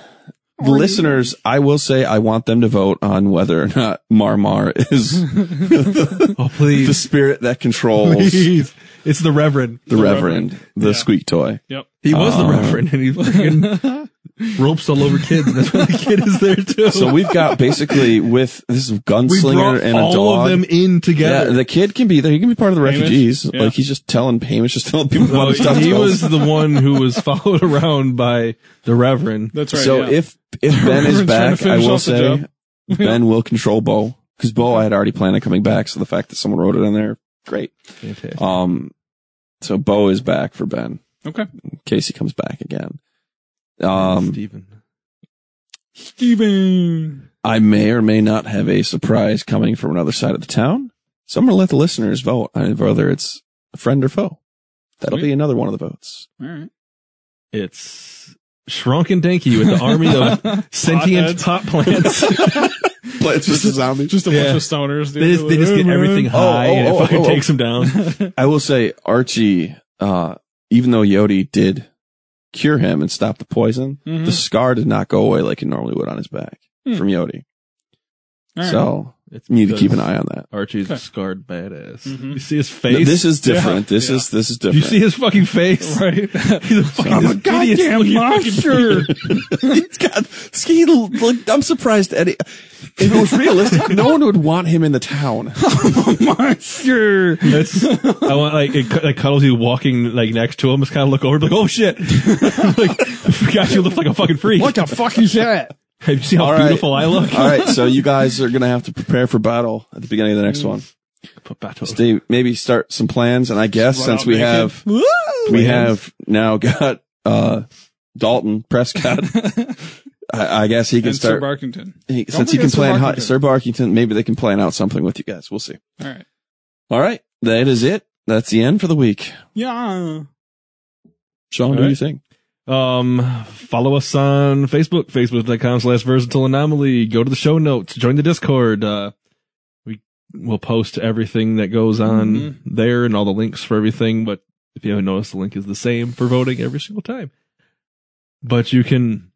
S2: the listeners, I will say I want them to vote on whether or not Marmar is
S4: oh
S2: the
S4: please,
S2: spirit that controls
S4: please! It's the Reverend.
S2: the, reverend, the
S3: Yeah.
S2: squeak toy.
S3: Yep.
S4: He was the
S2: Um,
S4: Reverend, and he fucking ropes all over kids. And that's why the kid is there too.
S2: So we've got basically with this is gunslinger and a
S4: all
S2: dog.
S4: of them in
S2: yeah,
S4: together.
S2: the kid can be there. He can be part of the
S3: Hamish?
S2: refugees.
S3: Yeah.
S2: Like he's just telling Hamish, just telling people
S4: Well,
S2: about his stuff.
S4: Oh, he was the one who was followed around by the Reverend.
S3: That's right.
S2: so
S3: yeah.
S2: if if Ben is
S3: Reverend's trying to
S2: back, I
S3: finish
S2: will
S3: off the
S2: say
S3: job.
S2: Ben will control Bo because Bo I had already planned on coming back. So the fact that someone wrote it in there, great.
S4: Fantastic.
S2: Um, so Bo is back for Ben
S3: okay.
S2: in case he comes back again. Um,
S4: Stephen.
S3: Steven.
S2: I may or may not have a surprise coming from another side of the town. So I'm going to let the listeners vote on whether it's friend or foe. That'll
S3: Sweet.
S2: be another one of the votes.
S3: All right.
S4: It's Shrunk and Danky with the army of sentient
S3: Potheads.
S4: pot plants.
S2: But it's just a zombie.
S3: Just a
S4: Yeah.
S3: bunch of stoners. Dude.
S4: they just they just
S3: Hey,
S4: get
S3: man.
S4: everything high
S2: Oh, oh,
S4: and it
S2: oh,
S4: fucking
S2: oh, oh.
S4: takes them down.
S2: I will say Archie, uh, even though Yodi did cure him and stop the poison,
S3: Mhm.
S4: Mm-hmm.
S2: the scar did not go away like it normally would on his back
S3: Hmm.
S2: from Yodi.
S3: All right.
S2: So
S4: It's
S2: you need to
S4: because
S2: keep an eye on that.
S4: Archie's
S3: Okay.
S4: a scarred badass.
S3: Mhm.
S4: You see his face.
S2: No, This is different.
S3: Yeah.
S2: This is this is
S4: you
S2: different.
S4: see his fucking face.
S3: right.
S4: He's a fucking
S2: I'm a
S4: this hideous looking fucking-
S2: He's got ski. Look, I'm surprised Eddie. If it was realistic, no one would want him in the town.
S3: Oh monster.
S4: That's I want like it cu- like cuddles you walking like next to him. Just kind of look over, like oh shit, like gosh, you look like a fucking freak.
S3: What the fuck is that?
S4: Have you seen how
S2: All right.
S4: beautiful I look?
S2: All right, so you guys are gonna have to prepare for battle at the beginning of the
S4: Hmm.
S2: next one.
S4: Put battle.
S2: Steve, maybe start some plans, and I guess
S3: Run
S2: since
S3: out
S2: we
S3: naked.
S2: have we have now got uh Dalton Prescott, I, I guess he can
S3: And Sir
S2: start.
S3: Barkington.
S2: he-
S3: Don't
S2: since he can
S3: forget Sir
S2: plan hi-
S3: Barkington.
S2: Sir Barkington, maybe they can plan out something with you guys. We'll see.
S3: All right.
S2: All right, that is it. That's the end for the week.
S3: Yeah.
S2: Sean,
S4: All
S2: do
S4: right.
S2: you think?
S4: Um, follow us on Facebook, facebook.com slash versatile anomaly. Go to the show notes, join the Discord. Uh, we will post everything that goes on
S3: Mhm.
S4: there and all the links for everything. But if you haven't noticed, the link is the same for voting every single time. But you can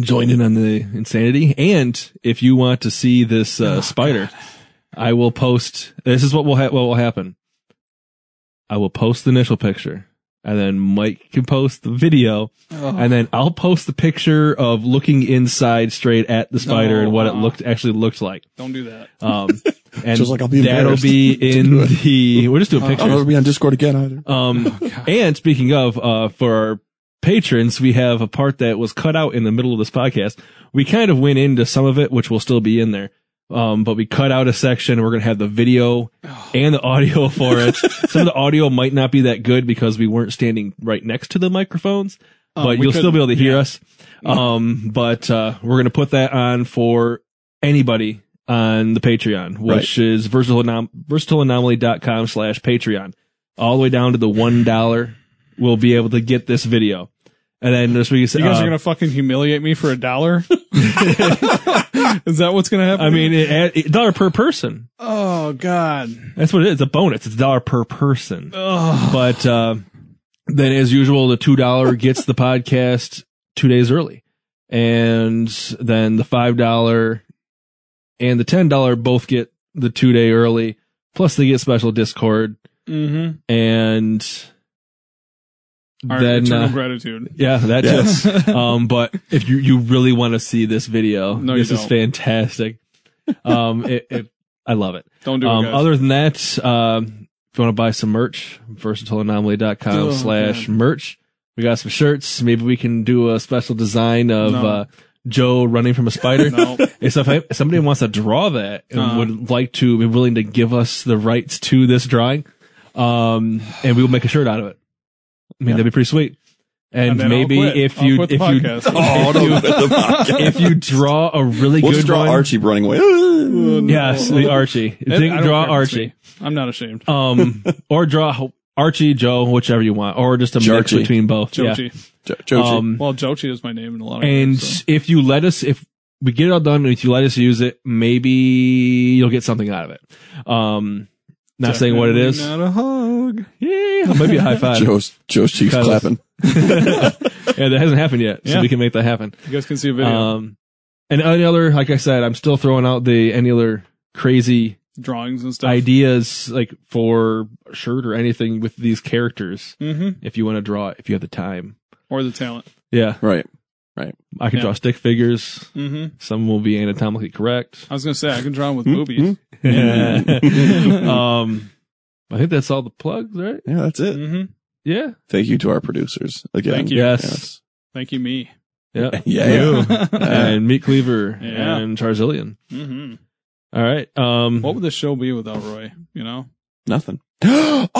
S4: join in on the insanity. And if you want to see this uh, spider, I will post. This is what will ha- what will happen. I will post the initial picture, and then Mike can post the video, and then I'll post the picture of looking inside straight at the spider
S3: No,
S4: and what it
S3: uh-uh.
S4: looked actually looked like.
S3: Don't do that.
S4: Um, and
S2: Just like I'll be
S4: that'll
S2: embarrassed
S4: be
S2: to do
S4: in
S2: it.
S4: the. We'll just do a
S3: Uh-uh.
S2: I don't know
S4: picture.
S2: to Oh, be on Discord again either.
S4: Um, and speaking of, uh, for our patrons, we have a part that was cut out in the middle of this podcast. We kind of went into some of it, which will still be in there. Um, but we cut out a section. We're going to have the video and the audio for it. some of the audio might not be that good because we weren't standing right next to the microphones,
S3: Uh,
S4: but
S3: we
S4: you'll still be able
S3: couldn't-
S4: to hear
S3: yeah. Mm-hmm.
S4: us. Um, but, uh, we're going to put that on for anybody on the Patreon, which is versatile anom- versatileanomaly.com slash Patreon all the way down to the one dollar will be able to get this video. And then this week,
S3: You guys
S4: uh,
S3: are gonna fucking humiliate me for a dollar. is that what's gonna happen?
S4: I mean, it, add- it, dollar per person.
S3: oh god.
S4: That's what it is. It's a bonus. It's a dollar per person.
S3: Oh,
S4: But uh, then, as usual, the two dollar gets the podcast two days early, and then the five dollar and the ten dollar both get the two day early. Plus, they get special Discord
S3: mm-hmm.
S4: and
S3: Our
S4: then
S3: eternal
S4: uh,
S3: gratitude.
S4: Yeah, that too. um, but if you, you really want to see this video,
S3: No, you
S4: this is
S3: don't.
S4: fantastic. Um, it, it, I love it.
S3: Don't do it,
S4: Um,
S3: guys.
S4: other than that, um, If you want to buy some merch, versatileanomaly.com
S3: Oh,
S4: slash
S3: man.
S4: merch. We got some shirts. Maybe we can do a special design of
S3: No.
S4: uh, Joe running from a spider.
S3: No.
S4: And so if, I, if somebody wants to draw that and
S3: Uh-huh.
S4: would like to be willing to give us the rights to this drawing, um, and we will make a shirt out of it. I mean, that'd be pretty sweet. And,
S3: And then I'll
S4: maybe
S3: quit.
S4: if
S3: I'll
S4: you
S3: quit
S4: if
S3: the
S4: you
S3: podcast.
S2: Oh, don't quit the podcast.
S4: if you draw a really
S2: We'll
S4: good
S2: just draw
S4: one,
S2: Archie running away.
S4: yes, the Archie.
S3: I
S4: Think,
S3: don't
S4: draw
S3: care if it's
S4: Archie,
S3: me. I'm not ashamed.
S4: um, or draw Archie Joe, whichever you want, or just a mix
S2: Jarchie.
S4: between both.
S3: Jochi.
S2: Jo-
S4: Yeah.
S2: Joji.
S4: Um,
S3: Well, Jochi is my name in a lot of
S4: and
S3: ways, so.
S4: if you let us, if we get it all done, if you let us use it, maybe you'll get something out of it. Um, not saying what it is.
S3: Definitely Not a hug.
S4: Yeah, maybe a high five.
S2: Joe's, Joe's cheeks
S4: Because-
S2: clapping.
S4: yeah, that hasn't happened yet, so
S3: Yeah.
S4: we can make that happen.
S3: You guys can see a video.
S4: Um, and any other, like I said, I'm still throwing out the any other crazy
S3: Drawings and stuff.
S4: ideas like for a shirt or anything with these characters.
S3: hmm
S4: If you want to draw, it, if you have the time,
S3: Or the talent.
S4: yeah,
S2: Right.
S4: I can
S3: Yeah.
S4: draw stick figures.
S3: hmm
S4: Some will be anatomically correct.
S3: I was going to say, I can draw
S4: Hmm?
S3: them with boobies.
S4: um, I think that's all the plugs, right?
S2: Yeah, that's it.
S3: hmm
S4: Yeah.
S2: Thank you to our producers again.
S3: Thank you.
S4: Yes.
S3: Thank you, me.
S4: Yeah.
S2: Yeah. yeah.
S4: and Meat Cleaver
S3: Yeah.
S4: and Charzillion.
S3: hmm
S4: All right. Um,
S3: What would the show be without Roy? You know?
S2: Nothing. oh,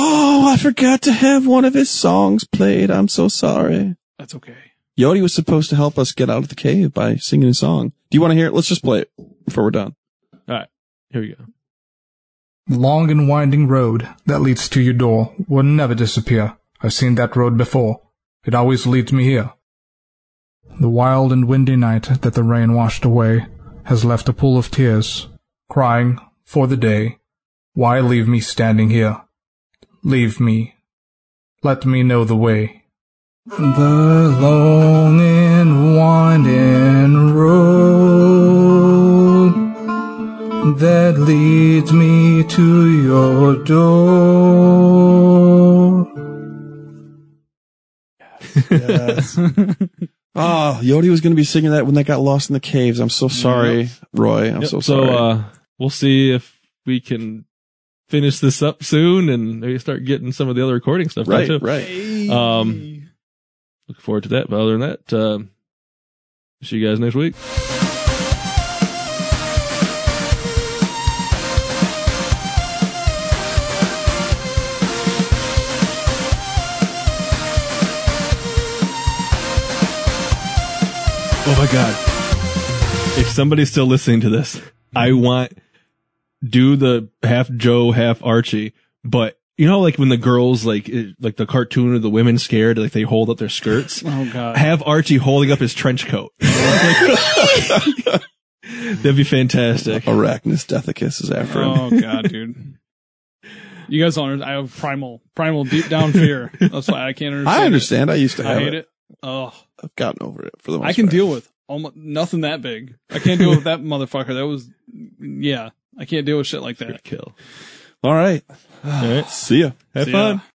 S2: I forgot to have one of his songs played. I'm so sorry.
S3: That's okay.
S2: Yodi was supposed to help us get out of the cave by singing a song. Do you want to hear it? Let's just play it before we're done.
S4: here we go.
S5: The long and winding road that leads to your door will never disappear. I've seen that road before. It always leads me here. The wild and windy night that the rain washed away has left a pool of tears, crying for the day. Why leave me standing here? Leave me. Let me know the way. The long and winding road that leads me to your door.
S2: Oh, Yodi was going to be singing that when they got lost in the caves. I'm so sorry, Roy. I'm
S4: Yep,
S2: so sorry.
S4: uh, we'll see if we can finish this up soon and maybe start getting some of the other recording stuff. done,
S2: right,
S4: too.
S2: right.
S4: Um, Looking forward to that. But other than that, uh, see you guys next week. Oh my god. If somebody's still listening to this, I want do the half Joe, half Archie, but you know like when the girls like it, like the cartoon of the women scared like they hold up their skirts.
S3: Oh, God.
S4: Have Archie holding up his trench coat. That'd be fantastic.
S2: Arachnus Deathicus is after him.
S3: Oh god, dude. You guys don't. under- I have primal, primal deep down fear. That's why I can't understand.
S2: I
S3: it.
S2: understand. I used to
S3: I
S2: have it.
S3: hate it. Oh,
S2: I've gotten over it for the most
S3: I can
S2: part.
S3: deal with almost nothing that big. I can't deal with that motherfucker. That was, yeah. I can't deal with shit like that.
S4: Kill.
S2: All right.
S4: All right.
S2: See ya.
S4: Have
S3: See ya.
S4: fun.